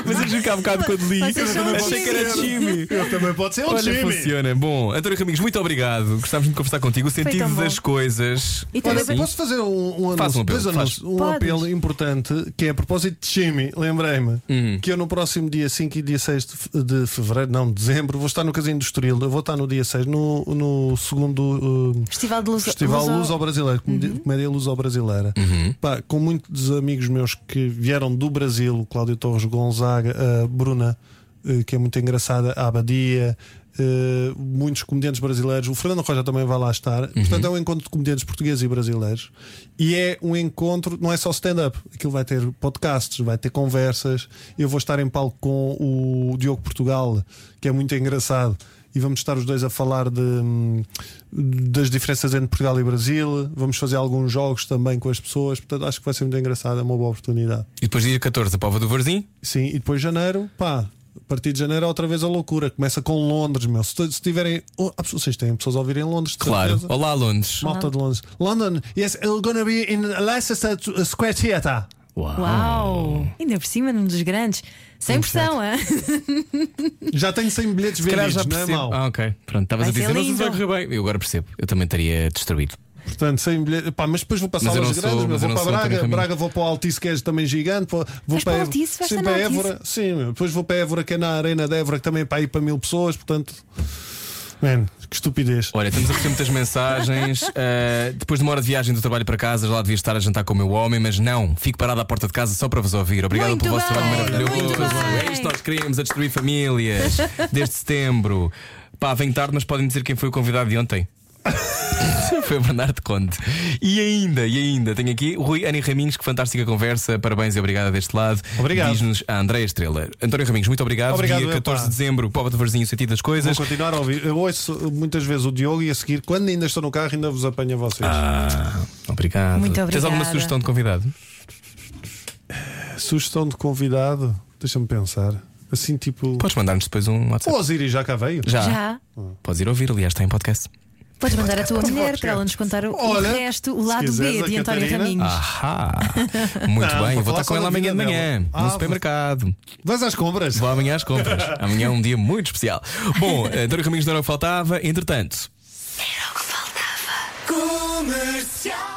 S2: mas eu joguei há bocado com a Deli.
S3: Vocês são
S2: Achei que era
S3: amigos.
S2: Jimmy.
S4: Eu também pode ser um
S2: Olha,
S4: Jimmy!
S2: funciona. Bom, António Raminhos, muito obrigado. Gostávamos de conversar contigo. O sentido
S3: tão bom.
S2: das coisas.
S3: E
S4: Olha,
S3: também para-
S4: posso fazer um, um
S2: Faz
S4: anúncio?
S2: um apelo,
S4: dois
S2: faz.
S4: anúncios. Um
S3: Podes.
S4: apelo importante que é a propósito de Jimmy. Lembrei-me
S2: Hum.
S4: que eu no próximo dia 5 e dia 6 de, fe- de fevereiro, não, de dezembro, vou estar no Casino do Estoril. Eu vou estar no dia 6 no, no segundo uh,
S3: Festival de Luz
S4: Festival
S3: Luso-
S4: Luz ao Uhum. Brasileiro, Comedi- Comédia Luz ao Brasileira. Pá, com muitos amigos meus que vieram do Brasil, o Cláudio Torres Gonzaga, a Bruna, eh, que é muito engraçada, a Abadia, eh, muitos comediantes brasileiros, o Fernando Roja também vai lá estar. Portanto, é um encontro de comediantes portugueses e brasileiros. E é um encontro, não é só stand-up, aquilo vai ter podcasts, vai ter conversas. Eu vou estar em palco com o Diogo Portugal, que é muito engraçado. e vamos estar os dois a falar de, hum, das diferenças entre Portugal e Brasil. Vamos fazer alguns jogos também com as pessoas. Portanto, acho que vai ser muito engraçado. É uma boa oportunidade.
S2: E depois dia 14, a Pova do Varzim.
S4: Sim, e depois janeiro, pá. A partir de janeiro é outra vez a loucura. Começa com Londres, meu. Se, t- se tiverem. Oh, há pessoas- vocês têm pessoas a ouvir em Londres, de
S2: Claro.
S4: certeza.
S2: Olá, Londres.
S4: Malta de Londres. London, yes, it's gonna be in Leicester Square Theatre.
S3: Uau! Ainda por cima, num dos grandes. Sem pressão, hã?
S4: Já tenho 100 bilhetes vendidos, não é mau?
S2: ah, ok. Pronto, estavas a
S3: Vai ser
S2: dizer, não sei se vai
S3: lindo.
S2: correr bem. Eu agora percebo. Eu também estaria destruído.
S4: Portanto, 100 bilhetes. Pá, mas depois vou para
S2: Mas eu
S4: salas
S2: não sou-
S4: grandes, meu.
S2: mas eu
S4: vou
S2: não
S4: para
S2: sou António
S4: Braga,
S2: Raminho.
S4: Braga vou para o Altice, que é também gigante. Vou, vou
S3: Vais para o Altice? Vais
S4: sim,
S3: estar
S4: para
S3: no Altice?
S4: Évora. Sim, meu. depois vou para Évora, que é na Arena de Évora, que também é para ir para mil pessoas. Portanto, man, que estupidez.
S2: Olha, estamos a receber muitas mensagens. Uh, depois de uma hora de viagem do trabalho para casa, lá devia estar a jantar com o meu homem, mas não. Fico parado à porta de casa só para vos ouvir. Obrigado
S3: Muito
S2: pelo vosso
S3: bem,
S2: trabalho
S3: muito
S2: maravilhoso.
S3: bem.
S2: É isto que nós queríamos a destruir famílias desde setembro. Pá, vem tarde, mas podem dizer quem foi o convidado de ontem. Foi o Bernardo Conde. E ainda, e ainda, tenho aqui o Rui Ani Raminhos, que fantástica conversa. Parabéns e obrigada deste lado.
S4: Obrigado.
S2: Diz-nos a Andréia Estrela. António Raminhos, muito obrigado.
S4: Obrigado,
S2: Dia
S4: meu
S2: 14 de
S4: pá.
S2: dezembro, Pova de Varzinho, sentido das
S4: Vou
S2: coisas.
S4: continuar a ouvir. Eu ouço muitas vezes o Diogo e a seguir, quando ainda estou no carro, ainda vos apanho a vocês.
S2: Ah, obrigado.
S3: Muito
S2: Tens
S3: obrigada.
S2: alguma sugestão de convidado?
S4: Sugestão de convidado, deixa-me pensar. Assim, tipo.
S2: Podes mandar-nos depois um
S4: O
S2: WhatsApp.
S4: Osiris já cá veio.
S2: Já.
S3: Já.
S2: Podes ir ouvir, aliás, está em podcast.
S3: Podes mandar a tua mulher para ela nos contar o, o
S4: Olha,
S3: resto, o
S4: se
S3: lado
S4: quiseres,
S3: B
S4: a
S3: de António
S4: Catarina.
S3: Raminhos.
S2: Ahá! Muito
S4: Não,
S2: bem, eu
S4: vou
S2: vou estar
S4: falar
S2: com
S4: só
S2: ela
S4: da
S2: amanhã de
S4: vida
S2: manhã,
S4: dela. Ah,
S2: no
S4: vou-
S2: supermercado.
S4: Vais às compras.
S2: Vou amanhã às compras. amanhã é um dia muito especial. Bom, eh, António Raminhos não era o que faltava, entretanto.
S1: Comercial.